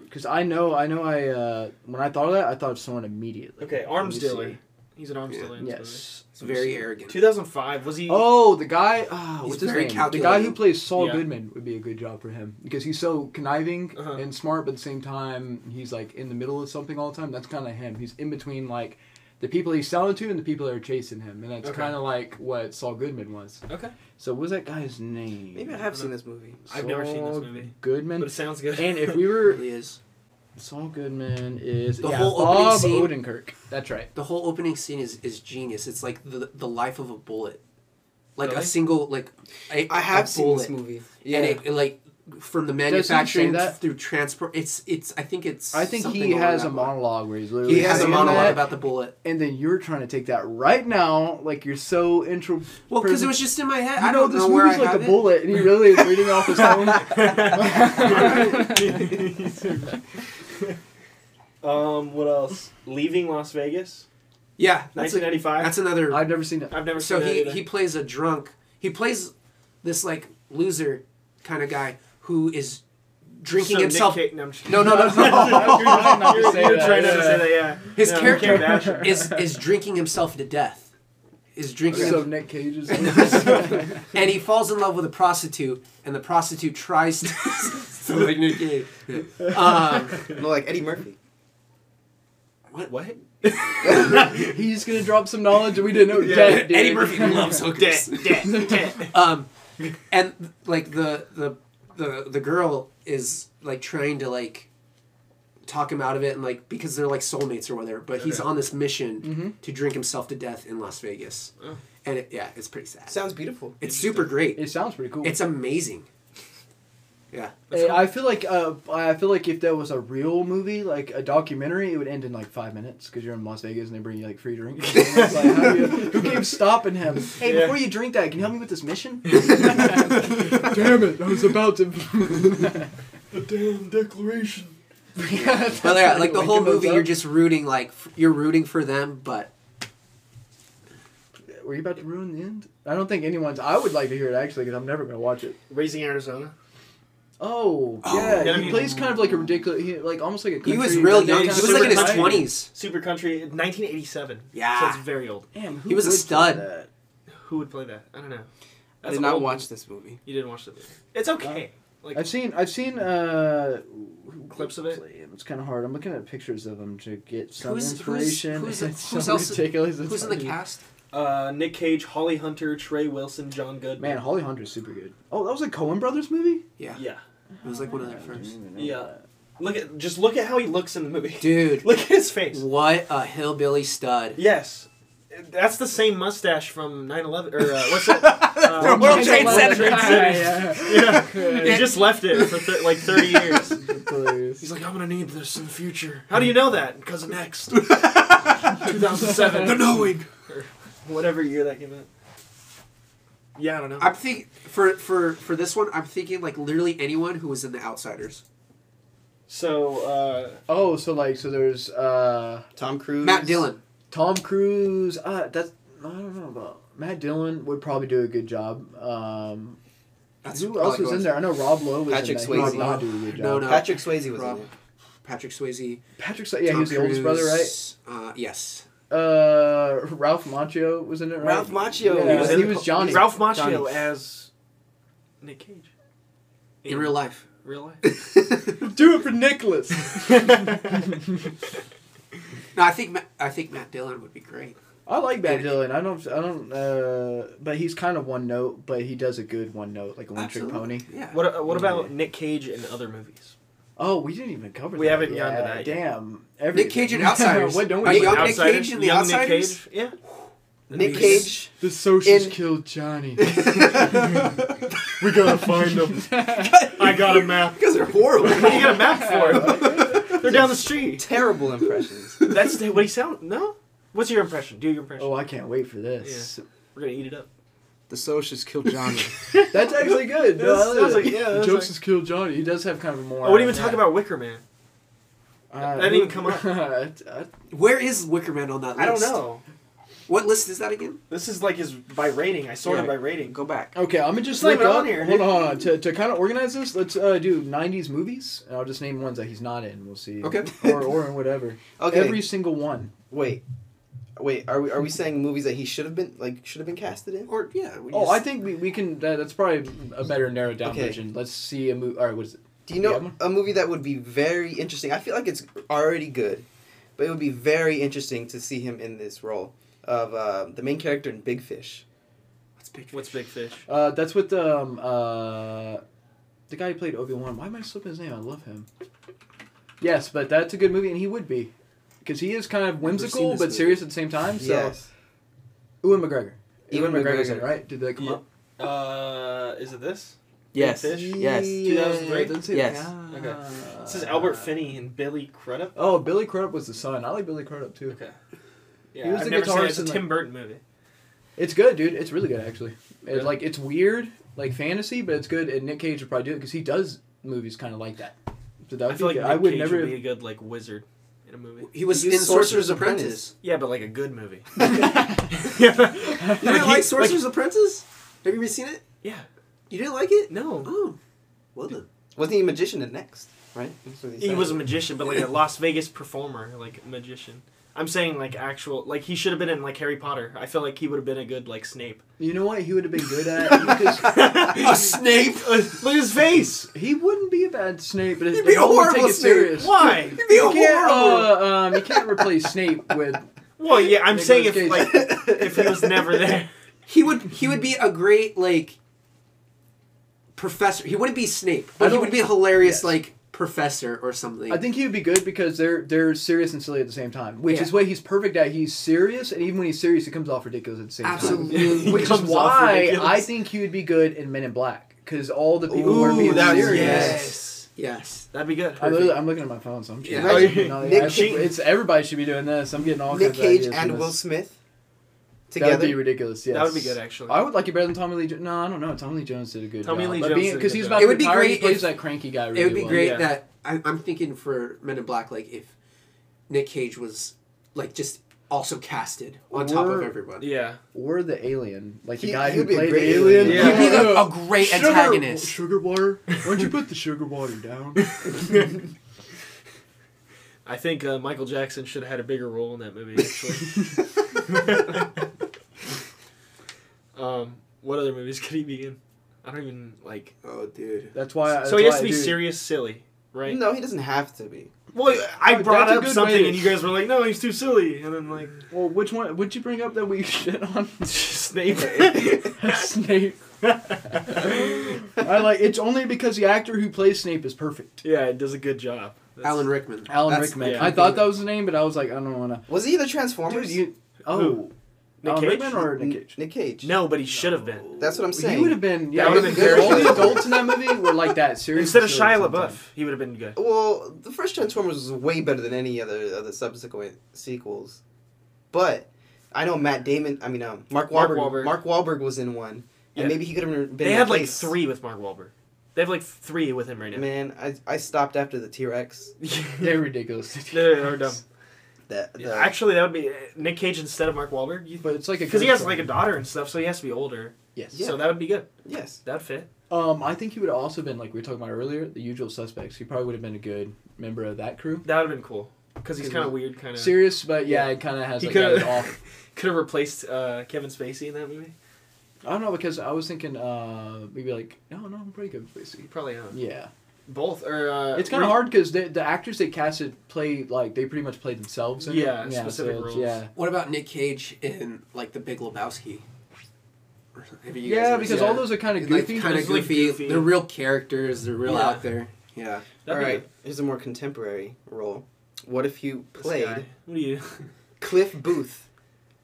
S3: Because Mm, I know, I know, I uh, when I thought of that, I thought of someone immediately.
S2: Okay, arms
S3: Let me
S2: dealer.
S3: see.
S2: He's an arms dealer. in this
S3: Yes.
S4: It's very arrogant.
S2: movie. 2005 was he?
S3: Oh, the guy. ah,
S4: He's
S3: what's his
S4: very
S3: name? The guy who
S4: calculating.
S3: plays Saul
S2: Yeah.
S3: Goodman would be a good job for him because he's so conniving
S2: Uh-huh.
S3: and smart, but at the same time he's like in the middle of something all the time. That's kind of him. He's in between like the people he's selling to and the people that are chasing him, and that's
S2: Okay.
S3: kind of like what Saul Goodman was.
S2: Okay.
S3: So what was that guy's name?
S5: Maybe I have seen this movie.
S2: I've never seen this
S3: Saul
S2: movie.
S3: Goodman.
S2: But it sounds [LAUGHS] good.
S3: And if we
S4: It
S3: were
S4: [LAUGHS] really is.
S3: Saul Goodman is
S4: The
S3: yeah,
S4: whole opening
S3: Bob
S4: scene-
S3: Odenkirk. That's right.
S4: The whole opening scene is, is genius. It's like the the life of a bullet, like
S2: Really?
S4: a single like. I
S5: I have seen this movie.
S4: Yeah. And it, it, like from the manufacturing
S3: that?
S4: through transport, it's it's. I think it's.
S3: I think
S4: something
S3: he
S4: along
S3: has
S4: that
S3: a
S4: line.
S3: monologue where he's literally
S4: He has a
S3: saying
S4: monologue
S3: that,
S4: about the bullet.
S3: and then you're trying to take that right now, like you're so intro.
S4: Well, because it was just in my head.
S3: You
S4: I don't
S3: this
S4: know where I
S3: movie's like
S4: have
S3: a
S4: it.
S3: bullet, and he really is reading off his phone.
S4: [LAUGHS]
S3: [LAUGHS]
S2: um, what else? Leaving Las Vegas.
S4: Yeah, that's a,
S2: 1995.
S4: that's another.
S3: I've never seen it.
S2: I've never
S4: so
S2: seen
S4: he
S2: that.
S4: he plays a drunk. He plays this like loser kind of guy who is drinking himself.
S2: no, I'm just-
S4: No, no, no, no.
S2: [LAUGHS] You're trying not to say
S3: You're
S2: that.
S3: trying not to say
S2: yeah.
S4: His
S2: No, we
S4: character
S2: can't bash her.
S4: [LAUGHS] is is drinking himself to death. Is drinking,
S3: So Nick Cage is.
S4: [LAUGHS] and he falls in love with a prostitute, and the prostitute tries to. [LAUGHS] so like Nick Cage. Um,
S5: No, like Eddie Murphy.
S4: what?
S2: What?
S3: he's gonna drop some knowledge that we didn't know.
S2: Yeah.
S3: Dead, dude.
S4: Eddie Murphy loves hookers.
S2: Dead, dead.
S4: um, and like the the the the girl is like trying to like talk him out of it and like because they're like soulmates or whatever but he's
S2: Okay.
S4: on this mission to drink himself to death in las vegas and it, yeah it's pretty sad
S5: Sounds beautiful.
S4: it's super great
S3: It sounds pretty cool.
S4: it's amazing yeah
S3: Hey, I feel like uh, I feel like if that was a real movie, like a documentary, it would end in like five minutes because you're in Las Vegas and they bring you like free drinks. [LAUGHS] It's like, how do you- who keeps stopping
S4: [LAUGHS]
S3: him? Hey,
S2: Yeah.
S3: before you drink that, can you help me with this mission? Damn it! I was about [LAUGHS] to.
S2: The damn declaration.
S4: but yeah, like the whole movie you're just rooting like f- you're rooting for them but
S3: Were you about to ruin the end? I don't think anyone's. I would like to hear it actually because I'm never gonna watch it.
S2: Raising Arizona.
S3: Oh, yeah.
S2: yeah, I
S3: he
S2: mean-
S3: plays kind of like a ridiculous, he, like almost like a.
S4: He was
S3: country
S4: real
S3: road
S4: young. He
S3: kind of
S4: was like in his
S3: guy.
S2: Supercountry.
S4: twenty s.
S2: Super Country, 1987.
S4: Yeah.
S2: so it's very old.
S3: Damn, who
S4: He was a
S3: would play
S4: stud.
S3: that?
S2: Who would play that? I don't know.
S5: I
S2: That's
S5: did not
S2: old.
S5: watch this movie.
S2: You didn't watch the movie. It's okay. Like
S3: I've seen. I've seen. uh who-
S2: Clips of it?
S3: play him? It's kind of hard. I'm looking at pictures of him to get some
S5: Who's- who's-
S3: inspiration. [LAUGHS]
S5: who's-
S3: It's
S5: who's
S3: so
S5: else-
S3: ridiculous. It's
S5: Who's in the
S3: hard to-
S5: cast?
S2: uh, Nick Cage, Holly Hunter, Trey Wilson, John Goodman.
S3: Man, Holly Hunter's super good. Oh, that was a Cohen Brothers movie.
S5: Yeah.
S2: yeah,
S5: It was like one of their first.
S2: yeah. Look at just look at how he looks in the movie. [LAUGHS]
S4: Dude,
S2: Look at his face.
S4: what a hillbilly stud.
S2: Yes, that's the same mustache from 9/11 or uh, what's
S4: [LAUGHS]
S2: it? Uh,
S4: From World Trade
S2: World
S4: Center.
S2: Trade Center.
S3: Yeah,
S2: [LAUGHS] yeah, he just left it for thir- like 30 years.
S3: [LAUGHS] hilarious.
S2: He's like, I'm gonna need this in the future. How do you know that? Because of Next.
S4: [LAUGHS]
S2: 2007.
S3: The
S2: Knowing. Or whatever year that came out. Yeah, I don't know.
S4: I'm think for for for this one, I'm thinking like literally anyone who was in The Outsiders.
S2: so, uh,
S3: Oh, so like, so there's uh
S5: Tom Cruise.
S4: Matt Dillon.
S3: Tom Cruise. Uh, that's I don't know about Matt Dillon would probably do a good job. Um,
S4: That's
S3: who
S4: probably
S3: else was
S4: who
S3: in
S4: was-
S3: there? I know Rob Lowe was
S5: Patrick
S3: in there. He
S5: Swayze.
S3: did not do a good job.
S4: No, no.
S5: Patrick Swayze was
S4: Rob-
S5: in it.
S4: Patrick Swayze.
S3: Patrick. Swayze- Yeah,
S4: Tom
S3: he was the oldest brother, right?
S4: Cruise, Uh, yes.
S3: Uh, Ralph Macchio was in it. Right?
S5: Ralph Macchio.
S3: Yeah,
S2: He was in
S3: he
S2: the
S3: was
S2: po-
S3: Johnny.
S2: Ralph Macchio
S5: Johnny.
S2: as Nick Cage.
S4: In real life. [LAUGHS]
S2: Real life?
S4: no,
S3: Do it for Nicholas.
S4: I think Ma- I think Matt Dillon would be great.
S3: I like Matt
S4: Yeah.
S3: Dillon. I don't. I don't. Uh, but he's kind of one note. But he does a good one note, like a one trick
S4: Absolutely.
S3: pony.
S2: [LAUGHS]
S4: Yeah.
S2: what, uh, what about Nick Cage in other movies?
S3: Oh, we didn't even cover.
S2: We
S3: that.
S2: haven't gotten to
S3: Yeah,
S2: that yet.
S3: Damn. Everything.
S4: Cage
S3: [LAUGHS]
S4: and Outsiders.
S3: what don't
S4: Are
S3: we?
S4: you-
S3: do?
S4: Young Nick
S2: Outsiders?
S4: Cage in The
S2: Young Nick
S4: Outsiders?
S2: Cage? Yeah.
S5: Nick
S2: Nick
S5: Cage.
S3: The socials
S5: In-
S2: [LAUGHS]
S3: killed Johnny.
S4: [LAUGHS]
S2: We gotta find [LAUGHS] them. I got
S4: [LAUGHS]
S2: a map.
S5: You guys are horrible.
S2: What do you got a map for? [LAUGHS] They're down the [LAUGHS] street.
S5: Terrible
S2: [LAUGHS]
S5: impressions.
S2: That's what he sound. No? What's your impression? Do your impression.
S3: [LAUGHS] oh, I can't wait for this.
S2: We're gonna eat it up.
S5: The socials killed Johnny.
S3: That's actually good.
S2: [LAUGHS]
S3: No,
S2: That's-
S3: I
S2: that's
S3: like
S2: like- yeah, that's
S3: Jokes
S2: like-
S3: has killed Johnny. He does have kind of a more.
S2: I wouldn't even talk about Wicker Man.
S3: Uh,
S2: That didn't even come up.
S3: [LAUGHS] I- I-
S4: Where is Wickerman on that list?
S2: I don't know.
S4: What list is that again?
S2: This is like his by rating. I sorted by
S5: [LAUGHS]
S2: rating.
S5: Go back.
S3: okay, I'm gonna
S2: It's
S3: just
S2: not
S3: look
S2: even
S3: up.
S2: on here, dude.
S3: hold on, hold on. To, to kind of organize this, let's uh, do '90s movies, and I'll just name ones that he's not in. We'll see.
S4: Okay.
S3: Or or in whatever.
S5: Okay.
S3: Every single one.
S5: Wait. Wait, are we are we saying movies that he should have been like should have been casted in?
S4: Or yeah. we
S3: Oh,
S4: just-
S3: I think we, we can. That, that's probably a better narrowed down
S5: Okay.
S3: version. Let's see a movie. All right, what is it?
S5: Do you know
S3: Yeah.
S5: a movie that would be very interesting? I feel like it's already good, but it would be very interesting to see him in this role of uh, the main character in Big Fish.
S4: What's Big Fish?
S2: What's Big Fish?
S3: Uh, that's with um uh, the guy who played Obi Wan. Why am I slipping his name? I love him. Yes, but that's a good movie, and he would be, because he is kind of
S4: seen
S3: whimsical
S4: this
S3: but
S4: movie.
S3: serious at the same time. So
S5: Yes.
S3: Ewan McGregor.
S5: Ewan
S3: McGregor's in
S5: McGregor.
S3: it, right? Did that come
S2: Yeah. Uh,
S3: up?
S2: is it this?
S5: Yes.
S2: Big Fish?
S3: [LAUGHS]
S5: Yes.
S3: Yeah,
S2: 2003?
S3: it doesn't say-
S5: Yes.
S3: Ah.
S2: Okay. This is Albert Finney and Billy Crudup.
S3: Oh, Billy Crudup was the son. I like Billy Crudup too.
S2: Okay. Yeah,
S3: He was
S2: I've
S3: the
S2: never seen it.
S3: guitarist
S2: It's a
S3: in, like-
S2: Tim Burton movie.
S3: It's good, dude. It's really good actually. It's
S2: Really?
S3: like it's weird, like fantasy, but it's good. And Nick Cage would probably do it because he does movies kind of like that. So that
S2: I
S3: would
S2: feel like
S3: be good.
S2: Nick
S3: I would
S2: Cage
S3: never.
S2: would be a good like wizard in a movie.
S4: He was
S5: He
S4: in
S5: was
S4: Sorcerer's
S5: Sorcerer's
S4: Apprentice.
S2: Yeah, but like a good [LAUGHS] movie.
S4: You didn't like
S2: Like-
S4: Sorcerer's Apprentice? Have you ever seen it?
S2: Yeah.
S4: You didn't like it?
S2: No.
S4: Oh, well then.
S5: Wasn't he a magician in Next? Right. That's what
S2: He
S5: said.
S2: was a magician, but like a Las Vegas performer, like magician. I'm saying like actual, like he should have been in like Harry Potter. I feel like he would have been a good like [LAUGHS] Snape.
S3: You know what he would have been
S2: [LAUGHS]
S3: good at? Because
S4: A Snape.
S2: Look at his face.
S3: he wouldn't be a bad Snape, but
S4: He'd
S3: his
S4: be a
S3: they wouldn't
S4: horrible
S3: take it
S4: Snape.
S3: serious.
S2: Why?
S4: You'd be
S3: You can't,
S4: horrible.
S3: uh, um, you can't replace Snape with.
S2: Well, yeah, I'm
S3: Nicolas
S2: saying if
S3: Cage.
S2: like if he was never there.
S4: He would. He would be a great like professor. He wouldn't be Snape, but he
S3: don't-
S4: would be a hilarious
S3: Yes.
S4: like professor or something.
S3: I think he would be good because they're they're serious and silly at the same time, which
S4: Yeah.
S3: is what he's perfect at. He's serious, and even when he's serious, it comes off ridiculous at the same
S2: [LAUGHS]
S3: time.
S4: absolutely.
S2: [LAUGHS] He
S3: Which is
S2: comes off
S3: why
S2: ridiculous.
S3: I think he would be good in Men in Black because all the people who are
S2: Ooh,
S3: being
S2: that's-
S3: serious.
S4: yes. Yes.
S2: That'd be good.
S3: I literally, I'm looking at my phone, so I'm sure.
S4: Yeah.
S3: No,
S2: Imagine
S3: yeah,
S5: Nick
S3: I think
S2: Oh, Cage-
S3: it's everybody should be doing this. I'm getting all
S5: Nick
S3: kinds of
S5: Cage
S3: ideas from
S5: and
S3: this.
S5: Will Smith
S3: That would
S5: together.
S3: be ridiculous. Yes,
S2: That would be good actually.
S3: I would like it better than Tommy Lee. Jo- no, I don't know. Tommy Lee Jones did a good
S2: Tommy
S3: job.
S2: Lee
S3: But
S2: Jones
S3: being-
S2: did a
S3: because
S2: good
S3: he's
S2: job.
S3: about
S4: It would be
S3: retired, he
S4: great
S3: plays
S4: if-
S3: that cranky guy. Really
S4: it would be
S3: well.
S4: great
S2: Yeah.
S4: that I, I'm thinking for Men in Black, like if Nick Cage was like just also casted on top of
S3: We're-
S2: [LAUGHS]
S4: everyone.
S2: Yeah.
S3: Or the alien, like
S5: He-
S3: the guy
S5: he
S3: who
S5: would be a
S3: played
S5: great
S3: Alien.
S2: alien. Yeah.
S4: He'd
S3: [LAUGHS]
S4: be the- a great antagonist.
S3: Sugar water. Why don't you put the sugar water down?
S2: I think uh, Michael Jackson should have had a bigger role in that movie, actually.
S3: [LAUGHS]
S2: [LAUGHS] um, what other movies [LAUGHS] could he be in? I don't even like.
S4: Oh, dude.
S3: [LAUGHS] That's why. that's
S2: so he has
S3: why
S2: to
S3: I
S2: be
S3: do-
S2: serious, silly, right?
S5: No, he doesn't have to be. [LAUGHS]
S2: Well, I
S3: Oh,
S2: brought
S3: that's a
S2: up
S3: good
S2: something,
S3: way to-
S2: and you guys were like, "No, he's too silly," and I'm like, [LAUGHS]
S3: Well, which one? Would you bring up that we [LAUGHS] shit on
S2: "Snape."
S3: Snape?
S2: [LAUGHS]
S3: I like. It's only because the actor who plays Snape is perfect.
S2: yeah, it does a good job. That's-
S4: Alan Rickman.
S3: Alan
S5: That's-
S3: Rickman.
S2: yeah.
S3: I thought that was the name, but I was like, I don't want
S5: Was he the
S3: to. Dude,
S5: Transformers?
S3: you.
S2: Who?
S3: Oh,
S2: Nick
S3: Alan
S2: Cage?
S3: Rickman or Nick Cage?
S5: Nick Cage.
S2: No, but he should have been.
S5: That's what I'm saying.
S3: He would have been. Yeah,
S2: would've been
S3: because
S2: very
S3: all the
S2: good.
S3: adults in that movie were
S2: [LAUGHS]
S3: like that. Serious
S2: Instead of
S3: or
S2: Shia
S3: something.
S2: LaBeouf, he would have been good.
S5: Well, the first Transformers was way better than any other of the subsequent sequels. But I know Matt Damon. I mean, um, Mark
S2: Mark
S5: Wahlberg. Mark
S2: Wahlberg.
S5: Wahlberg, was in one,
S2: Yeah.
S5: and maybe he could have been.
S2: They had like
S5: replaced.
S2: three with Mark Wahlberg. They have like three with him right now.
S5: Man, I, I stopped after the T Rex. [LAUGHS]
S3: They're ridiculous.
S2: [LAUGHS] They're they're dumb.
S5: That the,
S2: Actually, that would be uh, Nick Cage instead of Mark Wahlberg. You
S3: But it's like a
S2: Because he
S3: good
S2: has
S3: song.
S2: like a daughter and stuff, so he has to be older.
S3: yes.
S5: Yeah.
S2: So that would be good.
S5: yes,
S2: That'd fit.
S3: Um, I think he would have also been like we were talking about earlier, the usual suspects. He probably would have been a good member of that crew.
S2: That would have been cool. Because he's
S3: 'Cause
S2: kind of
S3: he-
S2: weird, kind of.
S3: Serious, but yeah, it kind of has
S2: He
S3: like that
S2: coulda-
S3: off.
S2: Could have replaced uh, Kevin Spacey in that movie.
S3: I don't know because I was thinking uh maybe like no no I'm pretty good with Spacey.
S2: Probably not.
S3: Yeah,
S2: Both or. Uh,
S3: it's kind
S2: Reed-
S3: of hard because the the actors they casted play like they pretty much played themselves. In it.
S2: Yeah, specific
S3: it's-
S2: roles.
S3: Yeah.
S4: What about Nick Cage in like the Big Lebowski? Or something? Have you guys
S3: Yeah,
S4: ever
S3: because
S4: seen
S3: all
S4: that?
S3: those are kind of
S4: like
S3: goofy.
S4: kind of
S2: Those look
S4: goofy.
S2: goofy.
S4: They're real characters. They're real
S2: Yeah.
S4: out there. Yeah.
S5: All
S2: That'd be
S5: right.
S2: good.
S5: Here's a more contemporary role. What if you
S2: This
S5: played
S2: guy. What are you? [LAUGHS]
S5: Cliff Booth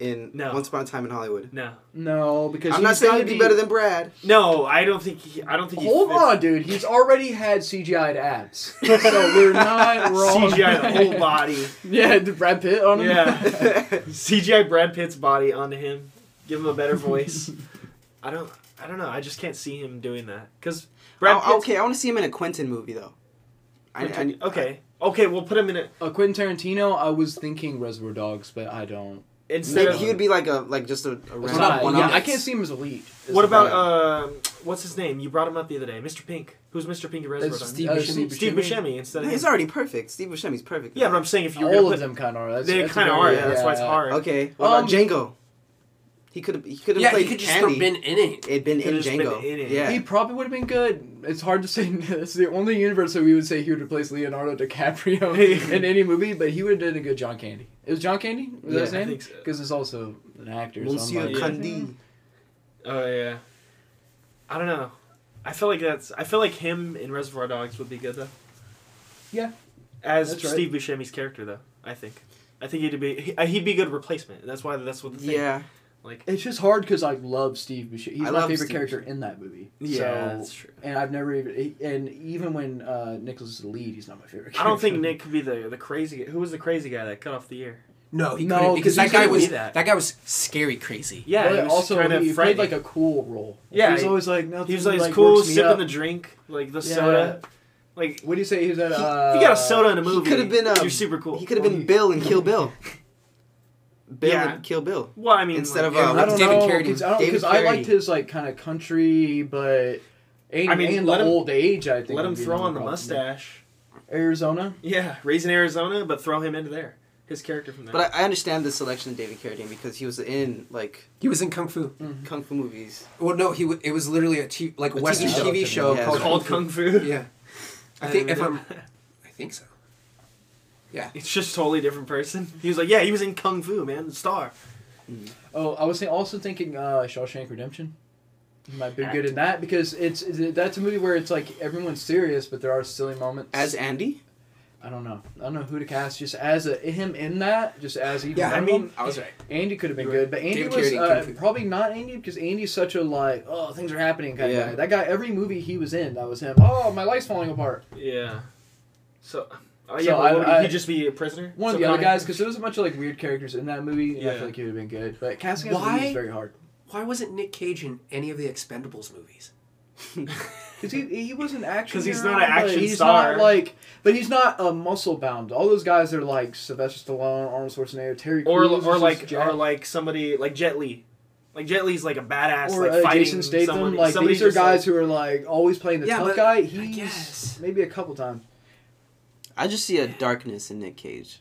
S5: in
S2: No.
S5: Once Upon a Time in Hollywood?
S2: No.
S3: no, because
S5: I'm
S3: he
S5: not
S3: was
S5: saying
S3: gonna
S5: he'd be better than
S2: [LAUGHS]
S5: Brad. [LAUGHS]
S2: No, I don't think he. I don't think he
S3: [LAUGHS] Hold
S2: fits
S3: on, dude. He's already had CGI'd abs, so we're not wrong.
S2: CGI the
S3: [LAUGHS]
S2: whole body.
S3: Yeah, the Brad Pitt on him.
S2: Yeah.
S3: [LAUGHS]
S2: CGI Brad Pitt's body onto him. Give him a better
S3: [LAUGHS]
S2: voice. I don't. I don't know. I just can't see him doing that. Cause Brad.
S5: Oh,
S2: Pitt's-
S5: okay, I want to see him in a Quentin movie though. I, I,
S2: okay. Okay. We'll put him in it
S3: Uh, Quentin Tarantino, I was thinking Reservoir Dogs, but I don't.
S2: instead
S5: Maybe
S2: of.
S5: he would be like a like just a, a
S4: What
S3: What
S4: about
S3: about
S5: random-
S4: one
S3: yeah,
S4: on
S3: I
S4: this?
S3: can't see him as elite.
S2: What
S3: Is the
S2: about
S3: thing.
S2: um? what's his name? You brought him up the other day, Mr. Pink. Who's Mr. Pink in Reservoir Dogs?
S3: That's
S4: Steve
S3: uh,
S4: Buscemi.
S2: Steve Buscemi instead of
S5: No,
S2: him.
S5: he's already perfect. Steve Buscemi's perfect.
S2: Yeah, but I'm saying if you were
S3: All
S2: gonna put,
S3: of them kind of are. That's,
S2: they
S3: that's
S2: kind of are.
S3: very-
S5: yeah,
S2: that's why it's hard.
S5: okay. What about
S3: Um,
S5: Django? He could have. He could have
S4: Yeah,
S5: played
S4: he could just
S5: Candy.
S4: have been in it.
S5: It'd been in
S2: Could've just been
S5: Django.
S2: in it.
S5: Yeah.
S3: He probably would have been good. It's hard to [LAUGHS] say. It's the only universe that we would say he would replace Leonardo
S2: [LAUGHS]
S3: DiCaprio in any movie, but he would have done a good John Candy. It was John Candy? Was that his
S2: Yeah, I
S3: name?
S2: think so.
S3: Because it's also an actor. so I'm
S5: Monsieur
S3: like,
S5: Candy.
S2: Oh yeah. I don't know. I feel like that's. I feel like him in Reservoir Dogs would be good though.
S3: Yeah.
S2: As
S3: That's right.
S2: Steve Buscemi's character though, I think. I think he'd be he, uh, he'd be a good replacement. That's why that's what the thing.
S5: Yeah.
S2: Like.
S3: It's just hard because I love Steve Buscemi. He's
S5: I
S3: my
S5: love
S3: favorite
S5: Steve
S3: character in that movie.
S2: Yeah,
S3: so,
S2: that's true.
S3: And I've never even. And even when uh, Nicholas is the lead, he's not my favorite.
S2: I don't
S3: [LAUGHS]
S2: think
S3: character.
S2: Nick could be the the crazy. Who was the crazy guy that cut off the ear?
S4: No, he
S3: No,
S4: couldn't because
S3: 'cause
S4: that
S3: he's
S4: guy
S3: gonna
S4: was
S2: be that.
S4: that. guy was scary crazy.
S2: Yeah,
S3: But
S2: he was
S3: also
S2: kind of
S3: he played like
S2: frightening.
S3: a cool role.
S2: Yeah,
S3: he was
S2: he-
S3: always like nothing.
S2: He was like,
S3: like
S2: cool,
S3: works me
S2: sipping
S3: up.
S2: the drink, like the
S3: Yeah.
S2: soda. Like
S3: What do you say? He was at.
S5: He-
S3: uh,
S2: if you got a soda in a
S5: he
S2: movie,
S5: could've been, um,
S2: you're super cool.
S5: He could have been
S3: Well,
S5: Bill in Kill
S2: [LAUGHS]
S5: Bill. Bill
S2: Yeah.
S5: in Kill Bill.
S2: well, I mean,
S5: instead
S2: like,
S5: of, uh,
S3: I
S5: what's
S3: don't
S4: David
S3: know,
S4: Carradine?
S3: 'cause I don't
S5: David
S3: because I liked
S5: Carradine.
S3: his like kind of country, but and,
S2: I mean,
S3: and
S2: let
S3: the
S2: him-
S3: old age. I think
S2: let him
S3: would be
S2: throw
S3: another
S2: on the
S3: problem.
S2: mustache.
S3: Arizona.
S2: Yeah, raising Arizona, but throw him into there. His character from there.
S5: But I, I understand the selection of David Carradine because he was in like
S4: He was in Kung Fu.
S2: Mm-hmm.
S5: kung fu movies.
S4: Well, no, he w- it was literally a t- like
S5: A
S4: Western
S5: TV show.
S4: TV show
S5: Yeah,
S4: called,
S5: it's
S3: [LAUGHS]
S2: called Kung Fu.
S4: [LAUGHS] Yeah, I think if I'm,
S2: remember that.
S4: I think so.
S2: It's just totally different person. He was like, yeah, he was in Kung Fu, man, the star.
S3: Oh, I was thi- also thinking uh, Shawshank Redemption. He might be good in that because it's it's- that's a movie where it's like everyone's serious, but there are silly moments.
S5: As Andy,
S3: I don't know, I don't know who to cast. Just as a him in that, just as even.
S4: Yeah,
S3: one
S2: I
S3: of
S2: mean,
S3: them.
S4: I was right.
S3: Andy could have been
S2: You're
S3: good, but Andy
S4: David
S3: was
S4: Carradine
S3: uh,
S4: could've been-
S3: probably not Andy because Andy's such a like oh things are happening kind
S5: Yeah.
S3: of guy. That guy, every movie he was in, that was him. Oh, my life's falling apart.
S2: Yeah. So, oh,
S3: So
S2: yeah, but
S3: I-
S2: what would
S3: I-
S2: he just be a prisoner?
S3: One of the other
S2: Subcontract-
S3: guys because there was a bunch of like weird characters in that movie. And I
S2: Yeah.
S3: feel like he would have been good, but casting as a lead
S4: Why?
S3: is very hard.
S4: Why wasn't Nick Cage in any of the Expendables movies?
S3: Because he, he was an action.
S2: 'Cause he's
S3: hero,
S2: not an
S3: but
S2: action
S3: he's
S2: star.
S3: Not like, but he's not uh, muscle bound. All those guys are like Sylvester Stallone, Arnold Schwarzenegger, Terry
S2: or
S3: Crews,
S2: or
S3: is
S2: like
S3: Jack-
S2: or like somebody like Jet Li, like Jet Li's like a badass
S3: or
S2: like
S3: uh,
S2: fighting
S3: Jason Statham.
S2: somebody.
S3: Like
S2: Somebody
S3: these are
S2: just,
S3: guys
S2: like-
S3: who are like always playing the
S4: Yeah,
S3: tough
S4: but-
S3: guy.
S4: guess.
S3: He's maybe a couple times.
S5: I just see a darkness in Nick [LAUGHS] Cage.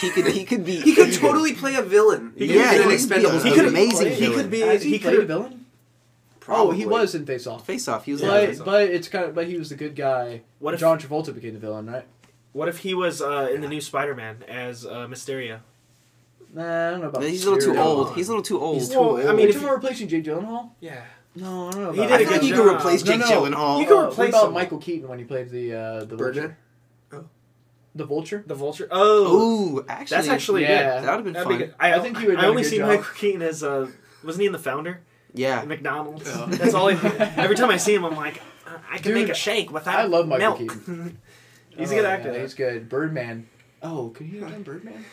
S5: He could he could be
S4: He could totally play a villain.
S2: He
S4: yeah,
S2: could
S4: in
S2: be-
S4: Expendables.
S2: he
S5: He
S2: could
S5: could
S2: be-
S5: amazing.
S2: he could
S5: villain.
S2: be-
S3: Has he,
S2: he
S3: played a
S2: could've-
S3: villason? Oh,
S4: Probably.
S3: he was in Face Off.
S5: face off. He was
S2: Yeah.
S5: like,
S2: Face
S3: But,
S2: Off.
S3: but it's kind of but he was the good guy.
S2: What if-
S3: John Travolta became the villain, right?
S2: What if he was uh, in the new Spider-Man as uh, Mysterio?
S3: Nah, I don't know about.
S5: he's a little too
S3: Mysterio.
S5: old. He's a little too old.
S2: He's too old. I mean,
S3: Wait,
S2: if
S3: you
S2: you-
S3: want replacing Jake Gyllenhaal?
S2: yeah,
S3: No, I don't know.
S2: He
S3: About
S2: did
S5: I
S2: a
S3: that.
S5: think
S2: good
S5: you
S2: job.
S5: could replace
S3: No,
S5: Jake
S3: no.
S5: Gyllenhaal.
S2: You could
S3: Uh,
S2: replace
S3: what about
S2: him.
S3: Michael Keaton when he played the uh, the
S4: Burglar?
S3: vulture?
S4: Oh.
S3: The vulture.
S2: the Vulture. Oh,
S5: Ooh, actually,
S2: that's actually
S3: yeah.
S5: that would
S2: good.
S5: have been
S2: That'd
S5: fun.
S2: be good. I,
S3: I think he would have
S2: I
S3: done a
S2: only
S3: good
S2: see
S3: job.
S2: Michael Keaton as uh, wasn't he in the Founder?
S5: Yeah,
S2: McDonald's.
S4: Oh.
S2: That's all. I, every time I see him, I'm like, "Uh, I can make a
S3: Dude,
S2: shake without.
S3: I love Michael
S2: milk.
S3: Keaton.
S2: [LAUGHS] He's
S3: Oh,
S2: a good
S3: yeah,
S2: actor. though.
S3: he's good. Birdman. Oh, could he have done Birdman?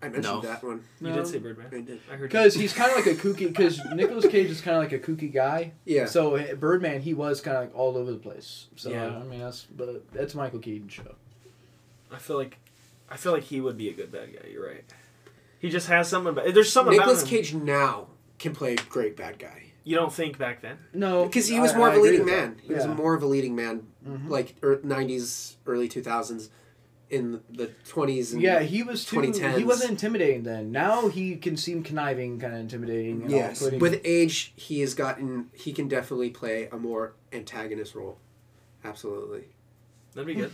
S4: I mentioned
S5: No.
S4: that one.
S2: You did say Birdman.
S4: I did.
S2: I heard.
S3: Because he's kind of like a kooky. Because Nicolas Cage is kind of like a kooky guy.
S4: Yeah.
S3: So eh, Birdman, he was kind of like all over the place. So
S2: Yeah.
S3: I mean, that's but that's Michael Keaton show.
S2: I feel like, I feel like he would be a good bad guy. You're right. He just has something. About, there's something
S4: Nicolas
S2: about him.
S4: Cage now can play a great bad guy
S2: You don't think back then.
S3: No,
S4: because he was
S3: I-
S4: more
S3: I
S4: of a
S3: agree
S4: leading
S3: with that.
S4: man. He was
S3: Yeah.
S4: more of a leading man,
S3: Mhm.
S4: like er, '90s, early 2000s, in the 20s. And
S3: Yeah, he was too.
S4: 2010s.
S3: He wasn't intimidating then. Now he can seem conniving, kind of intimidating. And
S4: Yes,
S3: off-putting. [LAUGHS]
S4: with age, he has gotten. He can definitely play a more antagonist role. Absolutely.
S2: [LAUGHS] That'd be good.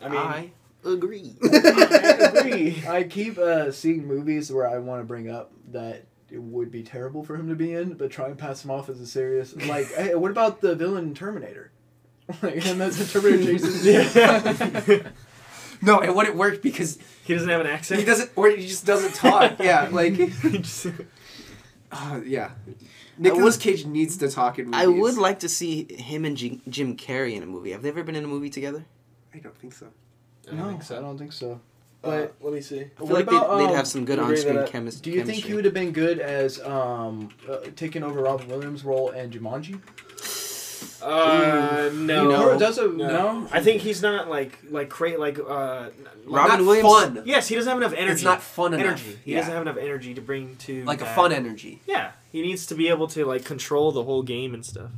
S2: I
S5: I,
S2: mean,
S5: agree.
S4: [LAUGHS]
S2: agree.
S3: I keep uh, seeing movies where I want to bring up that it would be terrible for him to be in, but try and pass him off as a serious. Like, [LAUGHS] hey, what about the villain in Terminator? [LAUGHS] Like, and that's a
S4: [LAUGHS]
S3: Terminator chases. [LAUGHS]
S4: No, it wouldn't work because
S2: [LAUGHS] he doesn't have an accent.
S4: he doesn't, [LAUGHS] or he just
S2: [LAUGHS]
S4: doesn't talk. yeah, like,
S2: He
S4: [LAUGHS]
S2: just-
S4: uh, yeah. Nicolas Cage needs to talk in
S5: [LAUGHS]
S4: movies.
S5: I would like to see him and Jim, Jim Carrey in a movie. Have they ever been in a movie together?
S4: I don't think so.
S2: I
S3: no,
S2: don't think so.
S3: I don't think so.
S2: but
S3: but-
S2: let me see.
S5: Uh, I feel
S3: What
S5: like
S3: about,
S5: they'd,
S3: um,
S5: they'd have some good
S2: you
S5: on
S2: agree
S5: screen
S2: that-
S5: chemis-
S3: Do you think
S5: chemistry.
S3: he would have been good as um, uh, taking over Robin Williams' role in Jumanji?
S2: Uh, no.
S5: You know,
S3: Or does a,
S2: No.
S3: no?
S2: I think he's not like like create like uh.
S5: Robin
S4: Not
S5: Williams-
S4: Fun.
S2: Yes, he doesn't have enough energy.
S4: It's not fun enough.
S2: energy. He
S4: yeah.
S2: doesn't have enough energy to bring to
S4: like a
S2: that.
S4: fun energy.
S2: Yeah, he needs to be able to like control the whole game and stuff.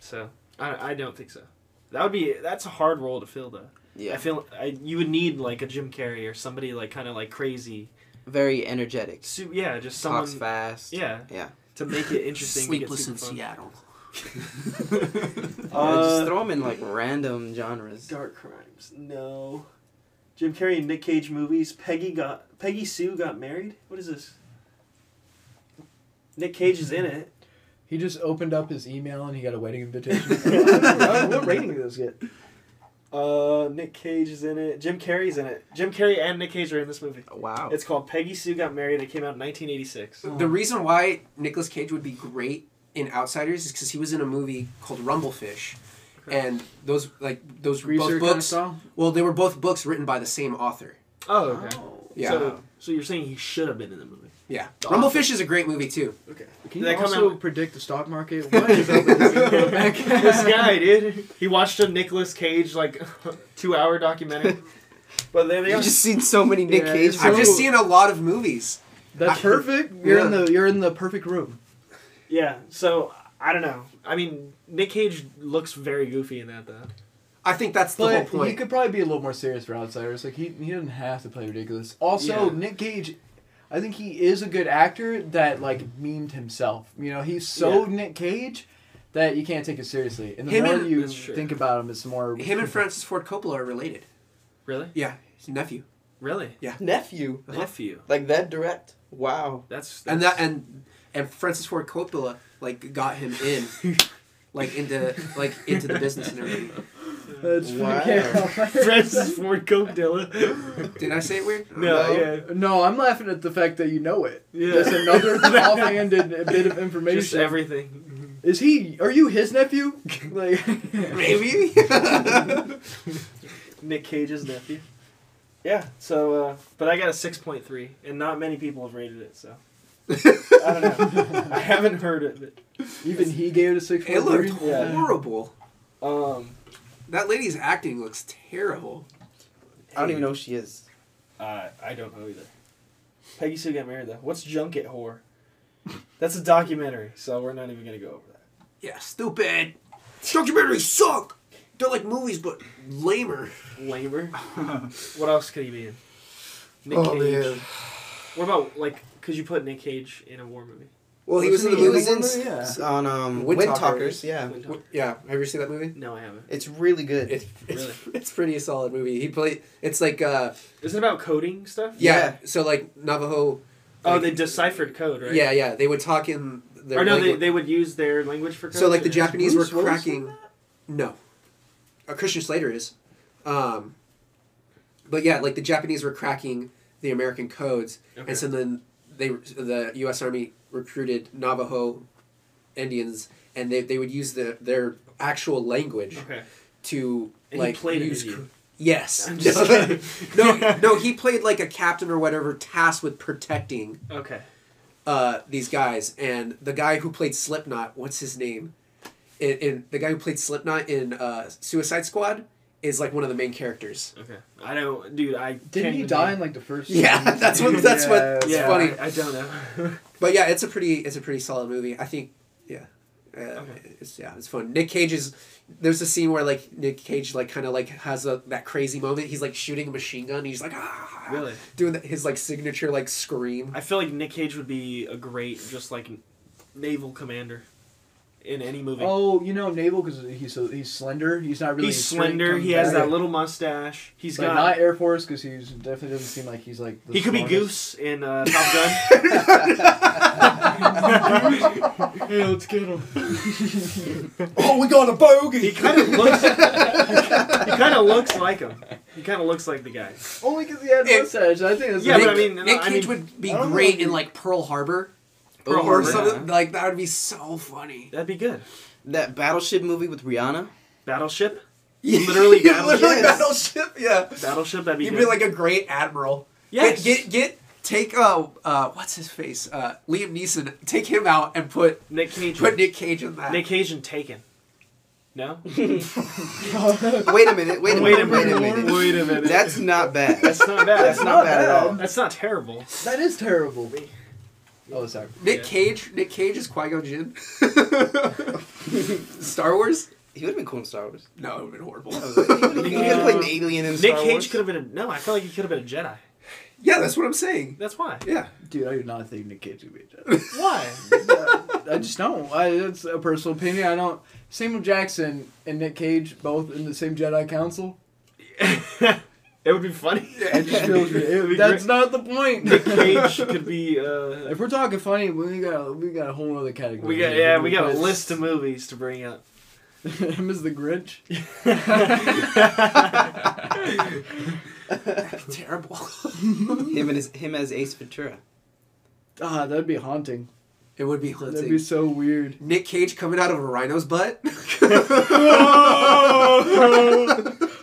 S2: So I, I don't think so. That would be that's a hard role to fill though. I
S5: Yeah,
S2: feel I, you would need like a Jim Carrey or somebody like kind of like crazy.
S5: very energetic.
S2: Su- yeah, just someone.
S5: Talks fast.
S2: Yeah,
S5: Yeah.
S2: to make it interesting. to get
S4: Sleepless in
S2: super fun.
S4: Seattle.
S5: Yeah,
S2: Uh,
S5: just throw him in like random genres.
S2: Dark Crimes. No. Jim Carrey and Nick Cage movies. Peggy got Peggy Sue got married. What is this? Nick Cage is in it.
S3: He just opened up his email and he got a
S2: [LAUGHS]
S3: wedding invitation. I don't know, what rating did this get?
S2: Uh, Nick Cage is in it. Jim Carrey's in it. Jim Carrey and Nick Cage are in this movie.
S5: Wow.
S2: It's called Peggy Sue Got Married. It came out in 1986.
S4: The reason why Nicolas Cage would be great in Outsiders is because he was in a movie called Rumblefish, and those like those both
S3: Greaser kind of
S4: books.
S3: style?
S4: well, they were both books written by the same author.
S2: Oh, okay.
S4: Yeah.
S2: So, so you're saying he should have been in the
S4: [LAUGHS]
S2: movie?
S4: Yeah, Rumblefish is a great movie too.
S2: Okay. Did
S3: Can you
S2: that come
S3: also
S2: out-
S3: predict the stock market? What is up
S2: [LAUGHS]
S3: with this email?
S2: this guy, dude. He watched a Nicolas Cage like [LAUGHS] two-hour documentary. [LAUGHS] But there they
S5: You've
S2: are.
S5: just seen so many Nick
S3: Yeah,
S5: Cage.
S3: it's
S4: I've
S5: movies.
S4: just seen a lot of movies.
S3: That's
S4: I-
S3: perfect. You're in
S4: Yeah.
S3: the you're in the perfect room.
S2: Yeah, so I don't know. I mean, Nick Cage looks very goofy in that though.
S4: I think that's the whole
S3: But he
S4: point.
S3: could probably be a little more serious for outsiders. Like he he doesn't have to play ridiculous. Also,
S2: Yeah.
S3: Nick Cage, I think he is a good actor that like memed himself. You know, he's so
S2: Yeah.
S3: Nick Cage that you can't take it seriously. And the
S4: Him
S3: more
S4: and-
S3: you
S2: That's true.
S3: think about him, it's more
S4: Him and Francis Ford Coppola are related.
S2: Really?
S4: Yeah, his nephew.
S2: Really?
S5: nephew.
S2: Nephew.
S5: Like that direct. Wow.
S2: That's, that's
S4: and that and and Francis Ford Coppola like got him in, like into like into the business and everything.
S3: [LAUGHS] That's
S5: Wow.
S2: [LAUGHS] Francis Ford
S4: [LAUGHS]
S2: Coppola.
S4: Did I say it weird?
S2: no,
S5: No.
S2: yeah.
S3: [LAUGHS] No, I'm laughing at the fact that you know it.
S2: Yeah.
S3: That's another
S4: [LAUGHS]
S3: offhanded bit of information.
S2: Just everything.
S3: Is he? Are you his nephew? [LAUGHS]
S4: [LAUGHS]
S3: Like,
S2: [LAUGHS]
S4: Maybe.
S2: Nick Cage's nephew. Yeah. So, uh, but I got a six point three, and not many people have rated it. So I don't know.
S5: [LAUGHS]
S2: I haven't heard of it.
S3: Even he gave it a six.
S4: It looked
S2: Yeah.
S4: horrible.
S2: Um,
S4: That lady's acting looks terrible.
S5: I don't even know who she is.
S2: I I don't know either. Peggy Sue got married though. What's Junket Whore? That's a documentary, so we're not even gonna go over that.
S4: Yeah, stupid. Documentaries suck. They're like movies, but lamer.
S5: [LAUGHS]
S2: Lamer. what else could he be in? Nick
S3: Oh,
S2: Cage.
S3: man.
S2: What about like? Could you put Nick Cage in a war movie?
S4: Well, he was in the
S3: Wasn't
S5: He
S4: movie.
S5: was in
S3: movie? Yeah.
S5: s- on um,
S4: Wind
S5: Wind,
S4: Talkers.
S5: Talkers.
S3: Um,
S5: Yeah,
S2: Wind Talker.
S4: Yeah, have you ever seen that movie?
S2: No, I haven't.
S5: it's really good.
S4: It's it's,
S2: Really?
S4: [LAUGHS] it's pretty solid movie. He played. It's like uh
S2: Is it about coding stuff?
S4: yeah.
S5: Yeah.
S4: So like Navajo.
S2: Oh,
S4: like-
S2: they deciphered code, right?
S4: Yeah, yeah. They would talk in their.
S2: Or no, they,
S4: language.
S2: they would use their language for code.
S4: so like the
S2: or-
S4: Japanese
S5: Bruce
S4: were
S5: Willis
S4: cracking. No, uh, Christian Slater is, um, but yeah, like the Japanese were cracking the American codes,
S2: Okay.
S4: and so then they the U.S. Army recruited Navajo Indians, and they, they would use the their actual language
S2: Okay.
S4: to
S2: And
S4: like
S2: he played it
S4: use.
S2: with you.
S4: cr- Yes. [LAUGHS]
S2: I'm just kidding.
S4: no, no, he played like a captain or whatever tasked with protecting
S2: Okay.
S4: uh, these guys, and the guy who played Slipknot, what's his name? In, in the guy who played Slipknot in uh, Suicide Squad is like one of the main characters.
S2: Okay. I don't, dude. I
S3: Didn't
S2: can't
S3: he
S2: even-
S3: die in like the first?
S4: Yeah,
S3: season?
S4: that's what that's what it's
S2: yeah,
S4: funny.
S2: I, I don't know. [LAUGHS]
S4: But yeah, it's a pretty it's a pretty solid movie. I think yeah. Uh,
S2: Okay.
S4: it's, yeah, it's fun. Nick Cage is there's a scene where like Nick Cage like kind of like has a that crazy moment. He's like shooting a machine gun. And he's like ah,
S2: Really?
S4: doing that his like signature like scream.
S2: I feel like Nick Cage would be a great, just like naval commander in any movie.
S3: Oh, you know Naval because he's so he's slender. He's not really.
S2: he's
S3: a straight
S2: slender.
S3: coming
S2: He has
S3: back.
S2: that little mustache. He's
S3: But
S2: got.
S3: not Air Force because he definitely doesn't seem like he's like. The
S2: he could be
S3: smartest.
S2: Goose in uh, Top
S4: [LAUGHS]
S2: Gun.
S3: Hey, let's get him.
S5: oh, we got a bogey.
S2: he kind of
S4: [LAUGHS]
S2: looks. he kind of looks like him. He kind of looks like the guy.
S3: [LAUGHS] Only because he had a
S4: It-
S3: mustache. I think that's
S2: Yeah,
S4: Nick,
S2: but I mean-
S4: Nick
S2: I
S4: Cage
S2: mean-
S4: would be
S3: I don't know
S4: great
S3: if
S4: in
S3: you-
S4: like Pearl Harbor
S5: Oh,
S2: Pearl
S4: or
S2: Harbor.
S4: something like that would be so funny.
S2: That'd be good.
S5: That battleship movie with Rihanna.
S2: Battleship.
S4: [LAUGHS]
S2: Literally
S4: Yeah,
S2: Battleship.
S4: literally
S5: Yes.
S4: battleship. Yeah,
S2: Battleship. That'd be
S4: you'd
S2: good.
S4: be like a great admiral.
S2: Yes.
S4: Get get, get take uh, uh what's his face uh Liam Neeson take him out and put
S2: Nick Cage.
S4: put Nick Cage in that.
S2: Nick Cage in Taken. No.
S5: Wait a minute. Wait a
S2: Wait
S5: minute. Wait a
S2: a
S5: minute.
S2: Wait a minute.
S5: That's not bad.
S2: That's not bad.
S5: That's not bad at all.
S2: That's not terrible.
S3: [LAUGHS] That is terrible. Oh, sorry.
S4: Nick
S2: Yeah.
S4: Cage Nick Cage is Qui Gon Jinn. [LAUGHS] Star Wars?
S5: He would have been cool in Star Wars.
S4: No, it would have
S2: [LAUGHS]
S4: been horrible.
S5: I was like, [LAUGHS] he could have played an alien in
S2: Nick
S5: Star Wars.
S2: Cage could have been a no. I feel like he could have been a Jedi.
S4: yeah, that's what I'm saying.
S2: That's why.
S4: Yeah.
S3: Dude, I do not think Nick Cage would be a
S2: [LAUGHS]
S3: Jedi.
S2: Why?
S3: I just don't. I, that's a personal opinion. I don't. Samuel Jackson and Nick Cage both in the same Jedi Council.
S2: it would be funny.
S3: It
S2: [LAUGHS]
S3: just feels.
S2: It'd be
S3: it, that's
S2: great.
S3: not the point.
S2: Nick
S3: [LAUGHS]
S2: Cage could be. Uh,
S3: If we're talking funny, we got we got a whole other category.
S2: we got yeah. We got a list of movies to bring up.
S3: [LAUGHS]
S2: [LAUGHS]
S3: Him as the Grinch.
S4: Terrible. [LAUGHS]
S5: Him and his, him as Ace Ventura.
S3: Ah, that'd be haunting.
S4: it would be
S3: That'd
S4: haunting.
S3: be so weird.
S4: Nick Cage coming out of a
S2: [LAUGHS]
S4: rhino's butt. [LAUGHS]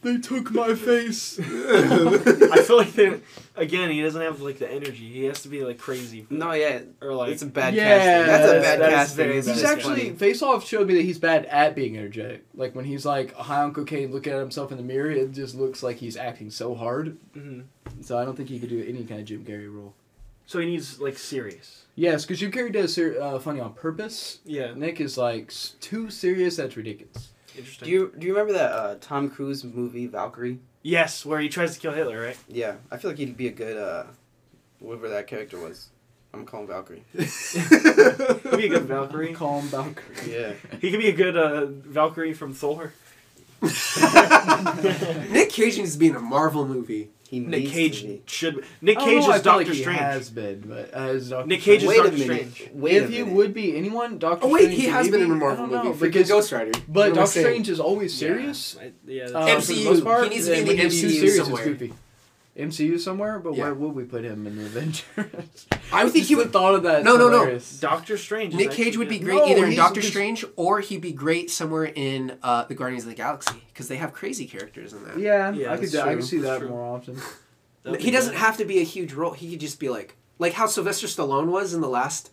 S3: They took
S2: [LAUGHS]
S3: my face.
S2: I feel like they, again he doesn't have like the energy. He has to be like crazy
S5: No, yeah,
S2: or like
S5: it's a bad
S3: Yeah,
S5: casting. That's a
S2: that's-
S5: bad
S2: that is
S5: casting.
S2: very
S5: It's
S2: bad.
S5: just
S3: He's
S2: That is
S5: funny.
S3: actually Face Off showed me that he's bad at being energetic. Like when he's like high on cocaine, looking at himself in the mirror, it just looks like he's acting so hard.
S2: Mhm.
S3: So I don't think he could do any kind of Jim Carrey role.
S2: So he needs like serious.
S3: Yes, because Jim Carrey does ser- uh, funny on purpose.
S2: Yeah.
S3: Nick is like s- too serious. That's ridiculous.
S2: Interesting.
S5: Do you do you remember that uh, Tom Cruise movie Valkyrie?
S2: yes, where he tries to kill Hitler, right?
S5: Yeah, I feel like he'd be a good uh, whatever that character was. I'm calling Valkyrie.
S2: He'd be a
S4: [LAUGHS]
S2: good Valkyrie.
S3: Call him Valkyrie.
S5: Yeah,
S2: He could be a good uh, Valkyrie from Thor.
S4: Nick Cage needs to be in a Marvel movie.
S5: he
S2: Nick
S5: needs
S2: Cage
S5: to be.
S2: should. Nick
S3: Oh, I don't
S2: Cage
S3: know, I
S2: is
S3: feel like
S2: Doctor
S3: he
S2: Strange.
S3: Has been, but as Doctor
S2: Nick Cage is
S3: Strange-
S5: Wait a
S2: Doctor
S5: minute.
S2: Strange.
S5: Wait a
S3: if he
S5: minute.
S3: would be anyone, Doctor.
S4: Oh wait,
S3: Strange
S4: he has
S3: maybe?
S4: been in a
S3: I
S4: Marvel
S3: don't know,
S4: movie.
S3: because,
S4: Because Ghost Rider.
S3: but
S4: What am I
S3: Doctor
S4: saying?
S3: Strange is always
S2: Yeah.
S3: serious.
S2: I- yeah, that's-
S3: Uh, for the
S4: MCU.
S3: most part, uh,
S4: He needs to be
S3: then
S4: in the
S3: when he's too
S4: MCU
S3: serious, it's
S4: somewhere.
S3: goofy. MCU somewhere, but
S4: Yeah.
S3: where would we put him in the [LAUGHS] Avengers?
S4: I would think he
S3: Just
S4: would.
S3: the thought of that.
S4: No,
S3: is
S4: no, no.
S3: hilarious.
S2: Doctor Strange. is
S4: Nick
S2: actually
S4: Cage would be
S2: good.
S4: great
S3: No,
S4: either in
S3: he's-
S4: Doctor
S3: because-
S4: Strange or he'd be great somewhere in uh, the Guardians of the Galaxy because they have crazy characters in that.
S3: Yeah,
S2: Yeah,
S3: I could
S2: that's
S3: I
S2: true.
S3: could see
S2: That's
S3: that
S2: true.
S3: more often.
S2: That'd be
S4: He doesn't
S2: good.
S4: have to be a huge role. He could just be like like how Sylvester Stallone was in the last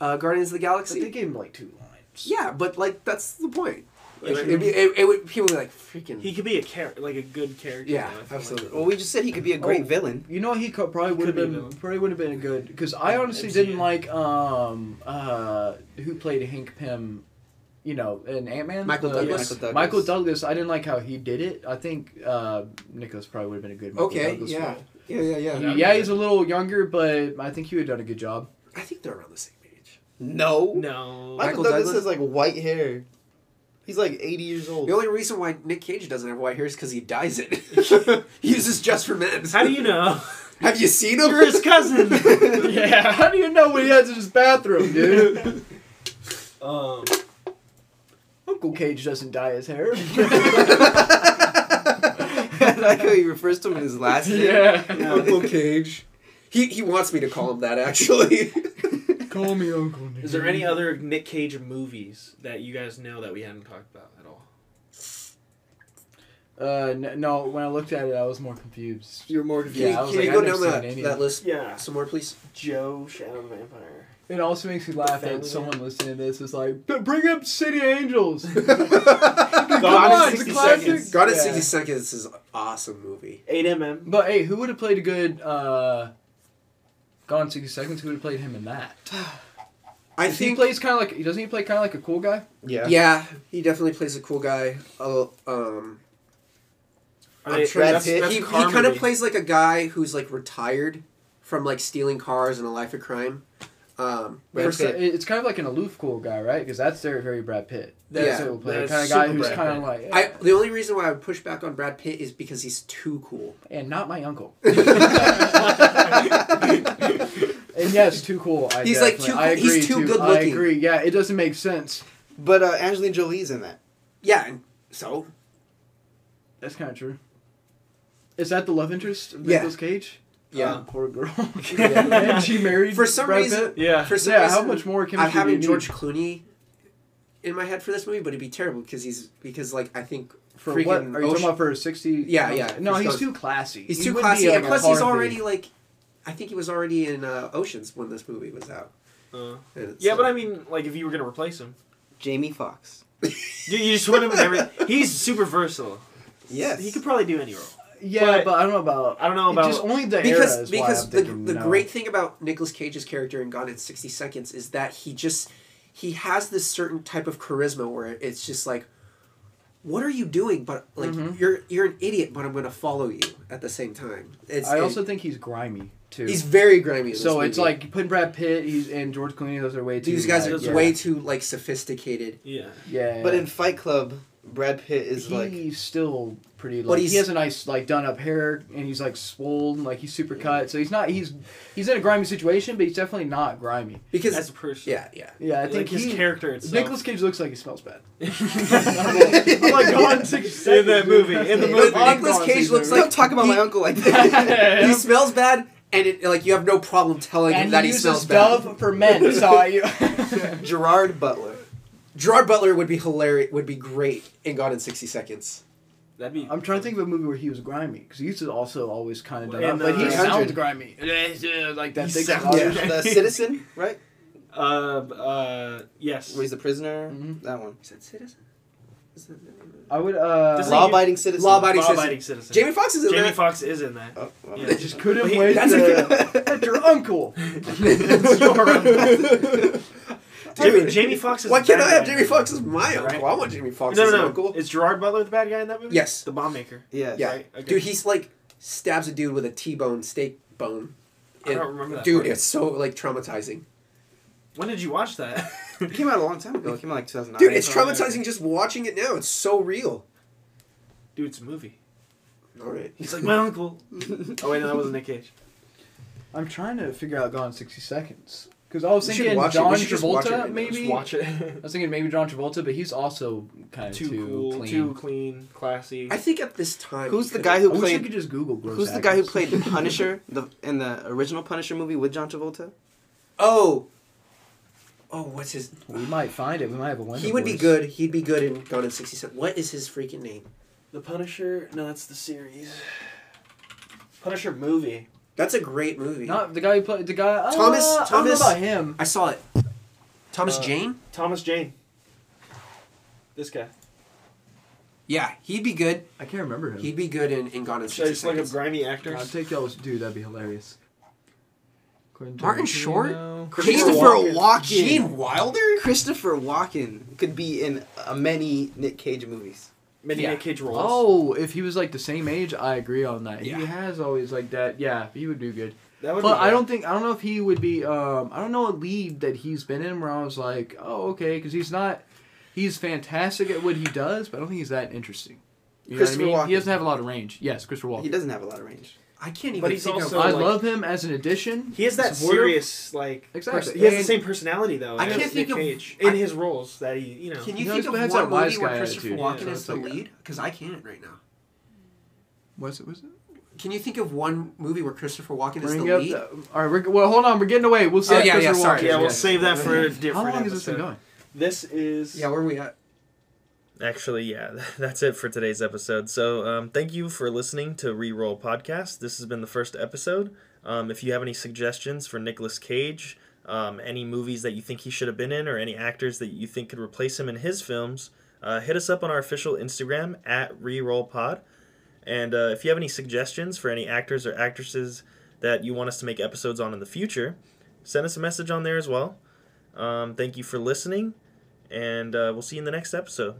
S4: uh, Guardians of the
S3: But they
S4: Galaxy.
S3: gave him like two lines.
S4: Yeah, but like that's the point. Like, it'd be, it, it would people would be like freaking.
S2: He could be a character, like a good character. though,
S4: Yeah,
S2: I feel like.
S5: Absolutely. Well, we just said he could be a great
S3: Oh.
S5: villain.
S3: You know he co- probably would have
S1: be a
S3: been
S1: villain.
S3: probably would have been good because I honestly
S2: MCU.
S3: didn't like um uh who played Hank Pym, you know, in Ant Man.
S4: Michael Douglas?
S5: Michael Douglas.
S3: Michael Douglas. I didn't like how he did it. I think uh Nicholas probably would have been a good. Michael
S4: okay,
S3: Douglas
S4: yeah.
S3: role.
S4: yeah, yeah, yeah,
S1: Yeah.
S3: Yeah, he's a little younger, but I think he would have done a good job.
S4: I think they're around the same age.
S5: No.
S2: No.
S5: Michael,
S4: Michael
S5: Douglas,
S4: Douglas?
S5: has like white hair. He's like 80 years old. [LAUGHS]
S4: The only reason why Nick Cage doesn't have white hair is because he
S3: [LAUGHS]
S4: dyes it. [LAUGHS] he uses just for men.
S2: How do you know?
S4: Have you seen him?
S2: You're his cousin.
S3: [LAUGHS] yeah, [LAUGHS] how do you know what he has in his bathroom, dude? [LAUGHS]
S2: um,
S3: Uncle Cage doesn't dye his hair.
S5: I like how he refers to him in his last name.
S4: Uncle Cage. He he wants me to call him that actually.
S3: [LAUGHS] Call me Uncle. Nick.
S2: is there any other Nick Cage movies that you guys know that we haven't talked about at all?
S3: Uh, n- no. When I looked at it, I was more confused.
S5: You're more
S4: Can you, [LAUGHS]
S3: Yeah, I was
S4: can you
S3: like,
S4: go
S3: I've never
S4: down
S3: seen
S4: that,
S3: any
S4: that
S3: of-
S4: list
S2: Yeah.
S4: some
S3: [LAUGHS]
S4: more, please?
S2: Joe Shadow Vampire.
S3: It also makes me laugh
S2: Family
S3: that someone listening to this is like, "B- "Bring up City Angels."
S2: God
S3: on,
S2: in 60
S3: the classic-
S2: seconds.
S4: God in
S3: Yeah.
S4: 60 Seconds is an awesome movie.
S2: 8mm.
S3: But hey, who would have played a good uh, Gone in sixty seconds? Who would have played him in that?
S4: I
S3: Does he
S4: think.
S3: plays kind of like doesn't he play kind of like a cool guy?
S5: Yeah.
S4: yeah, he definitely plays a cool guy. Oh, um,
S2: Are
S4: I'm
S2: they-
S4: trying-
S5: Brad
S2: that's-
S5: Pitt?
S2: that's
S4: he, he
S2: Carmody.
S4: kind of plays like a guy who's like retired from like stealing cars and a life of crime. Um,
S5: Brad
S3: Or so-
S5: Pitt.
S3: it- It's kind of like an aloof cool guy, right? Because that's very very Brad Pitt.
S4: That is-
S3: That's who would play
S2: that
S3: the
S2: is
S3: kind of guy
S2: super
S3: who's
S2: Brad
S3: kind of
S2: Pitt.
S3: like
S4: I the only reason why I would push back on Brad Pitt is because he's too cool.
S3: and not my
S4: [LAUGHS]
S3: uncle. And yes, too cool. I
S4: He's, like,
S3: definitely-
S4: too
S3: I
S4: cool- he's
S3: agree,
S4: too
S3: too-
S4: good
S3: I
S4: looking.
S3: agree. Yeah, it doesn't make sense.
S5: But uh, Angelina Jolie's in that.
S4: yeah, and so
S3: That's kind of true. Is that the love interest of
S4: Yeah.
S3: Nicolas Cage?
S4: yeah.
S3: Oh, poor
S4: [LAUGHS]
S3: girl. [LAUGHS]
S4: Yeah.
S3: and she married
S4: For some
S3: Brad
S4: reason-
S3: Pitt?
S2: Yeah.
S4: For some
S3: Yeah,
S4: reason,
S3: how much more
S4: I'm
S3: chemistry do you
S4: having
S3: need?
S4: George Clooney in my head for this movie, but it'd be terrible because he's because like I think
S3: For
S4: freaking
S3: what? Are you
S4: Ocean-
S3: talking about for 60?
S4: Yeah, yeah,
S3: No,
S4: for
S3: he's
S4: Scott's-
S3: too classy.
S4: he's
S3: He
S4: too
S3: would be,
S4: classy,
S3: like,
S4: and
S3: a
S4: plus he's
S3: hard
S4: already
S3: dude.
S4: like, I think he was already in uh, Oceans when this movie was out.
S2: Uh,
S4: And it's
S2: yeah, but I
S4: like-
S2: mean, like, if you were going to replace him.
S5: Jamie Fox.
S2: Dude, you just want him in every. He's super versatile.
S5: Yes.
S2: He could probably do any role.
S3: Yeah,
S2: but-
S3: but, I don't know about.
S2: I don't know
S3: it
S2: about.
S3: Just only the
S4: because
S3: era is
S4: because
S3: why I'm
S4: the,
S3: thinking,
S4: the
S3: no.
S4: great thing about Nicolas Cage's character in Gone in 60 Seconds is that he just he has this certain type of charisma where it's just like what are you doing but like
S3: Mm-hmm.
S4: you're you're an idiot but I'm going to follow you at the same time. It's
S3: I
S4: it-
S3: also think he's grimy too.
S4: he's very grimy. in this
S3: so it's
S4: movie.
S3: like you put Brad Pitt, he's and George Clooney. Those are way too.
S4: these guys are
S3: like,
S4: just
S3: yeah.
S4: way too like sophisticated.
S2: yeah.
S3: Yeah,
S5: But in Fight Club, Brad Pitt is
S3: he's
S5: like.
S3: still pretty. Like,
S4: But he's-
S3: he has a nice like done up hair, and he's like swollen, like he's super cut. So he's not he's he's in a grimy situation, but he's definitely not grimy.
S4: Because
S2: As a person.
S4: yeah,
S3: [LAUGHS]
S4: yeah.
S3: Yeah, I
S2: Like,
S3: think
S2: his
S3: he-
S2: character itself. [LAUGHS]
S3: Nicolas Cage looks like he smells bad. I'm like gone six
S2: In that movie, in the movie.
S3: I'm
S4: Nicolas
S3: gone
S4: Cage
S3: six
S4: looks
S3: years.
S5: Don't talk about
S4: he-
S5: my uncle like
S4: [LAUGHS]
S5: that.
S4: He smells bad and it, like you have no problem telling him
S3: and
S4: that
S3: he
S4: he
S3: uses
S4: smells bad.
S3: Dove for men. So I, [LAUGHS]
S5: Gerard Butler.
S4: Gerard Butler would be hilarious would be great in Gone in 60 Seconds.
S2: That'd be.
S3: I'm trying to think of a movie where he was grimy because he used to also always kind of done
S2: Well,
S3: up,
S2: in,
S3: but he
S2: uh,
S3: sounds
S5: 300.
S3: grimy. [LAUGHS] Like that
S2: He
S3: big
S2: sounds-
S3: collar. [LAUGHS]
S2: Yeah.
S5: [LAUGHS] The citizen, right?
S2: Uh, uh, yes.
S5: Where he's a prisoner.
S3: Mhm.
S5: That one.
S4: Is that Citizen? Is that the name of it?
S3: I would uh,
S2: Does he-
S5: Law abiding citizen.
S4: Law-abiding-
S2: Law abiding citizen.
S4: Jamie Fox is in
S2: Jamie
S4: that.
S2: Foxx is in that.
S5: Oh, well. [LAUGHS]
S2: Yeah.
S3: just couldn't
S2: But he-
S3: wait.
S2: that's a
S3: to, [LAUGHS] that's your uncle.
S5: [LAUGHS]
S2: [LAUGHS] Jamie, Jamie Fox is.
S4: Why
S2: the
S4: can't
S2: bad
S4: I have
S2: guy.
S4: Jamie Fox as my uncle?
S2: Right.
S4: I want Jamie Fox
S2: No,
S4: as
S2: no,
S4: my
S2: no.
S4: uncle.
S2: Is Gerard Butler the bad guy in that movie?
S4: Yes.
S2: The bomb maker.
S5: Yes.
S4: Yeah,
S2: Right, okay.
S4: dude, he's like stabs a dude with a T-bone steak bone.
S2: I don't remember that
S4: Dude,
S2: part.
S4: it's so like traumatizing.
S2: When did you watch that?
S5: It came out a long time ago. It came out like 2009.
S4: Dude, it's
S2: sorry.
S4: traumatizing just watching it now. It's so real.
S2: [LAUGHS] Dude, it's a movie.
S4: All right.
S2: He's like my uncle.
S5: [LAUGHS]
S2: Oh wait, no, that wasn't Nick Cage.
S3: I'm trying to figure out Gone in 60 Seconds because I was
S4: We should
S3: thinking
S4: watch it.
S3: John
S4: We should just watch it right
S3: Travolta
S4: now.
S3: maybe.
S2: Just watch [LAUGHS] it.
S3: I was thinking maybe John Travolta, but he's also kind of
S2: too
S3: too,
S2: cool,
S3: clean.
S2: too clean, classy.
S4: I think at this time.
S5: Who's the
S4: you could've-
S5: guy
S3: I
S5: who
S3: wish you
S5: played?
S3: could just Google gross
S5: Who's the guy who
S3: actors.
S5: played [LAUGHS] the Punisher the, in the original Punisher movie with John Travolta?
S4: Oh. Oh, what's his?
S3: We might find it. We might have a winner.
S4: He would be
S3: boys.
S4: good. He'd be good in Gone in sixty seven. What is his freaking name?
S2: the Punisher. No, that's the series. Punisher movie.
S4: That's a great movie.
S3: Not the guy who played the guy. uh,
S4: Thomas-
S3: I don't know
S4: Thomas-
S3: about him.
S4: I saw it. Thomas
S2: Uh,
S4: Jane?
S2: Thomas Jane. This guy.
S4: Yeah, he'd be good.
S3: I can't remember him.
S4: He'd be good in, in Gone in
S2: Should I
S4: 60
S2: just look up
S4: Seconds.
S2: grimy actors?
S3: God, take those, dude. That'd be hilarious. Quentin
S4: Martin Short?
S3: Tarantino.
S5: Christopher
S4: Walken.
S5: Walken.
S4: Gene Wilder?
S5: Christopher Walken could be in uh, many Nick Cage movies.
S2: Many
S4: Yeah.
S2: Nick Cage roles.
S3: Oh, if he was like the same age, I agree on that.
S4: Yeah.
S3: He has always like that. Yeah, he would do good.
S2: that would
S3: But
S2: be
S3: I
S2: good.
S3: don't think I don't know if he would be. Um, I don't know a lead that he's been in where I was like, oh okay, because he's not. He's fantastic at what he does, but I don't think he's that interesting. You know what I
S5: Christopher
S3: mean? He
S5: Walken.
S3: doesn't have a lot of range. Yes, Christopher Walken.
S5: He doesn't have a lot of range.
S4: I can't even
S2: But he's
S4: think
S2: also,
S4: of
S3: I
S2: like-
S3: love him as an addition.
S2: He has that
S3: supportive.
S2: serious like.
S3: Exactly.
S2: person- He has the
S3: And-
S2: same personality though.
S4: I
S2: as
S4: can't
S2: Nick
S4: think of-
S2: Cage
S4: I-
S2: in his roles that he you know.
S4: Can
S3: He
S4: you think
S3: also
S4: of
S3: has
S4: one
S3: that wise
S4: movie where
S3: guy
S4: Christopher
S3: attitude,
S4: Walken
S2: yeah, so
S4: is
S3: it's
S4: the
S3: like-
S4: lead? Because I can't right now.
S3: Was it? Was it?
S4: Can you think of one movie where Christopher Walken is the
S3: Bring up.
S4: lead?
S3: The, all right. We're, well, hold on. We're getting away. We'll see.
S4: Oh, yeah, yeah, sorry.
S2: yeah, we'll
S4: Yeah.
S2: save
S3: [LAUGHS]
S2: that for a different.
S3: How long has this been
S2: episode.
S3: going?
S2: This is
S4: Yeah, where are we at?
S2: Actually, yeah, [LAUGHS] that's it for today's episode. So, um, thank you for listening to Reroll Podcast. This has been the first episode. Um, if you have any suggestions for Nicolas Cage, um, any movies that you think he should have been in, or any actors that you think could replace him in his films, uh, hit us up on our official Instagram at Reroll Pod. And uh, if you have any suggestions for any actors or actresses that you want us to make episodes on in the future, send us a message on there as well. Um, thank you for listening, and uh, we'll see you in the next episode.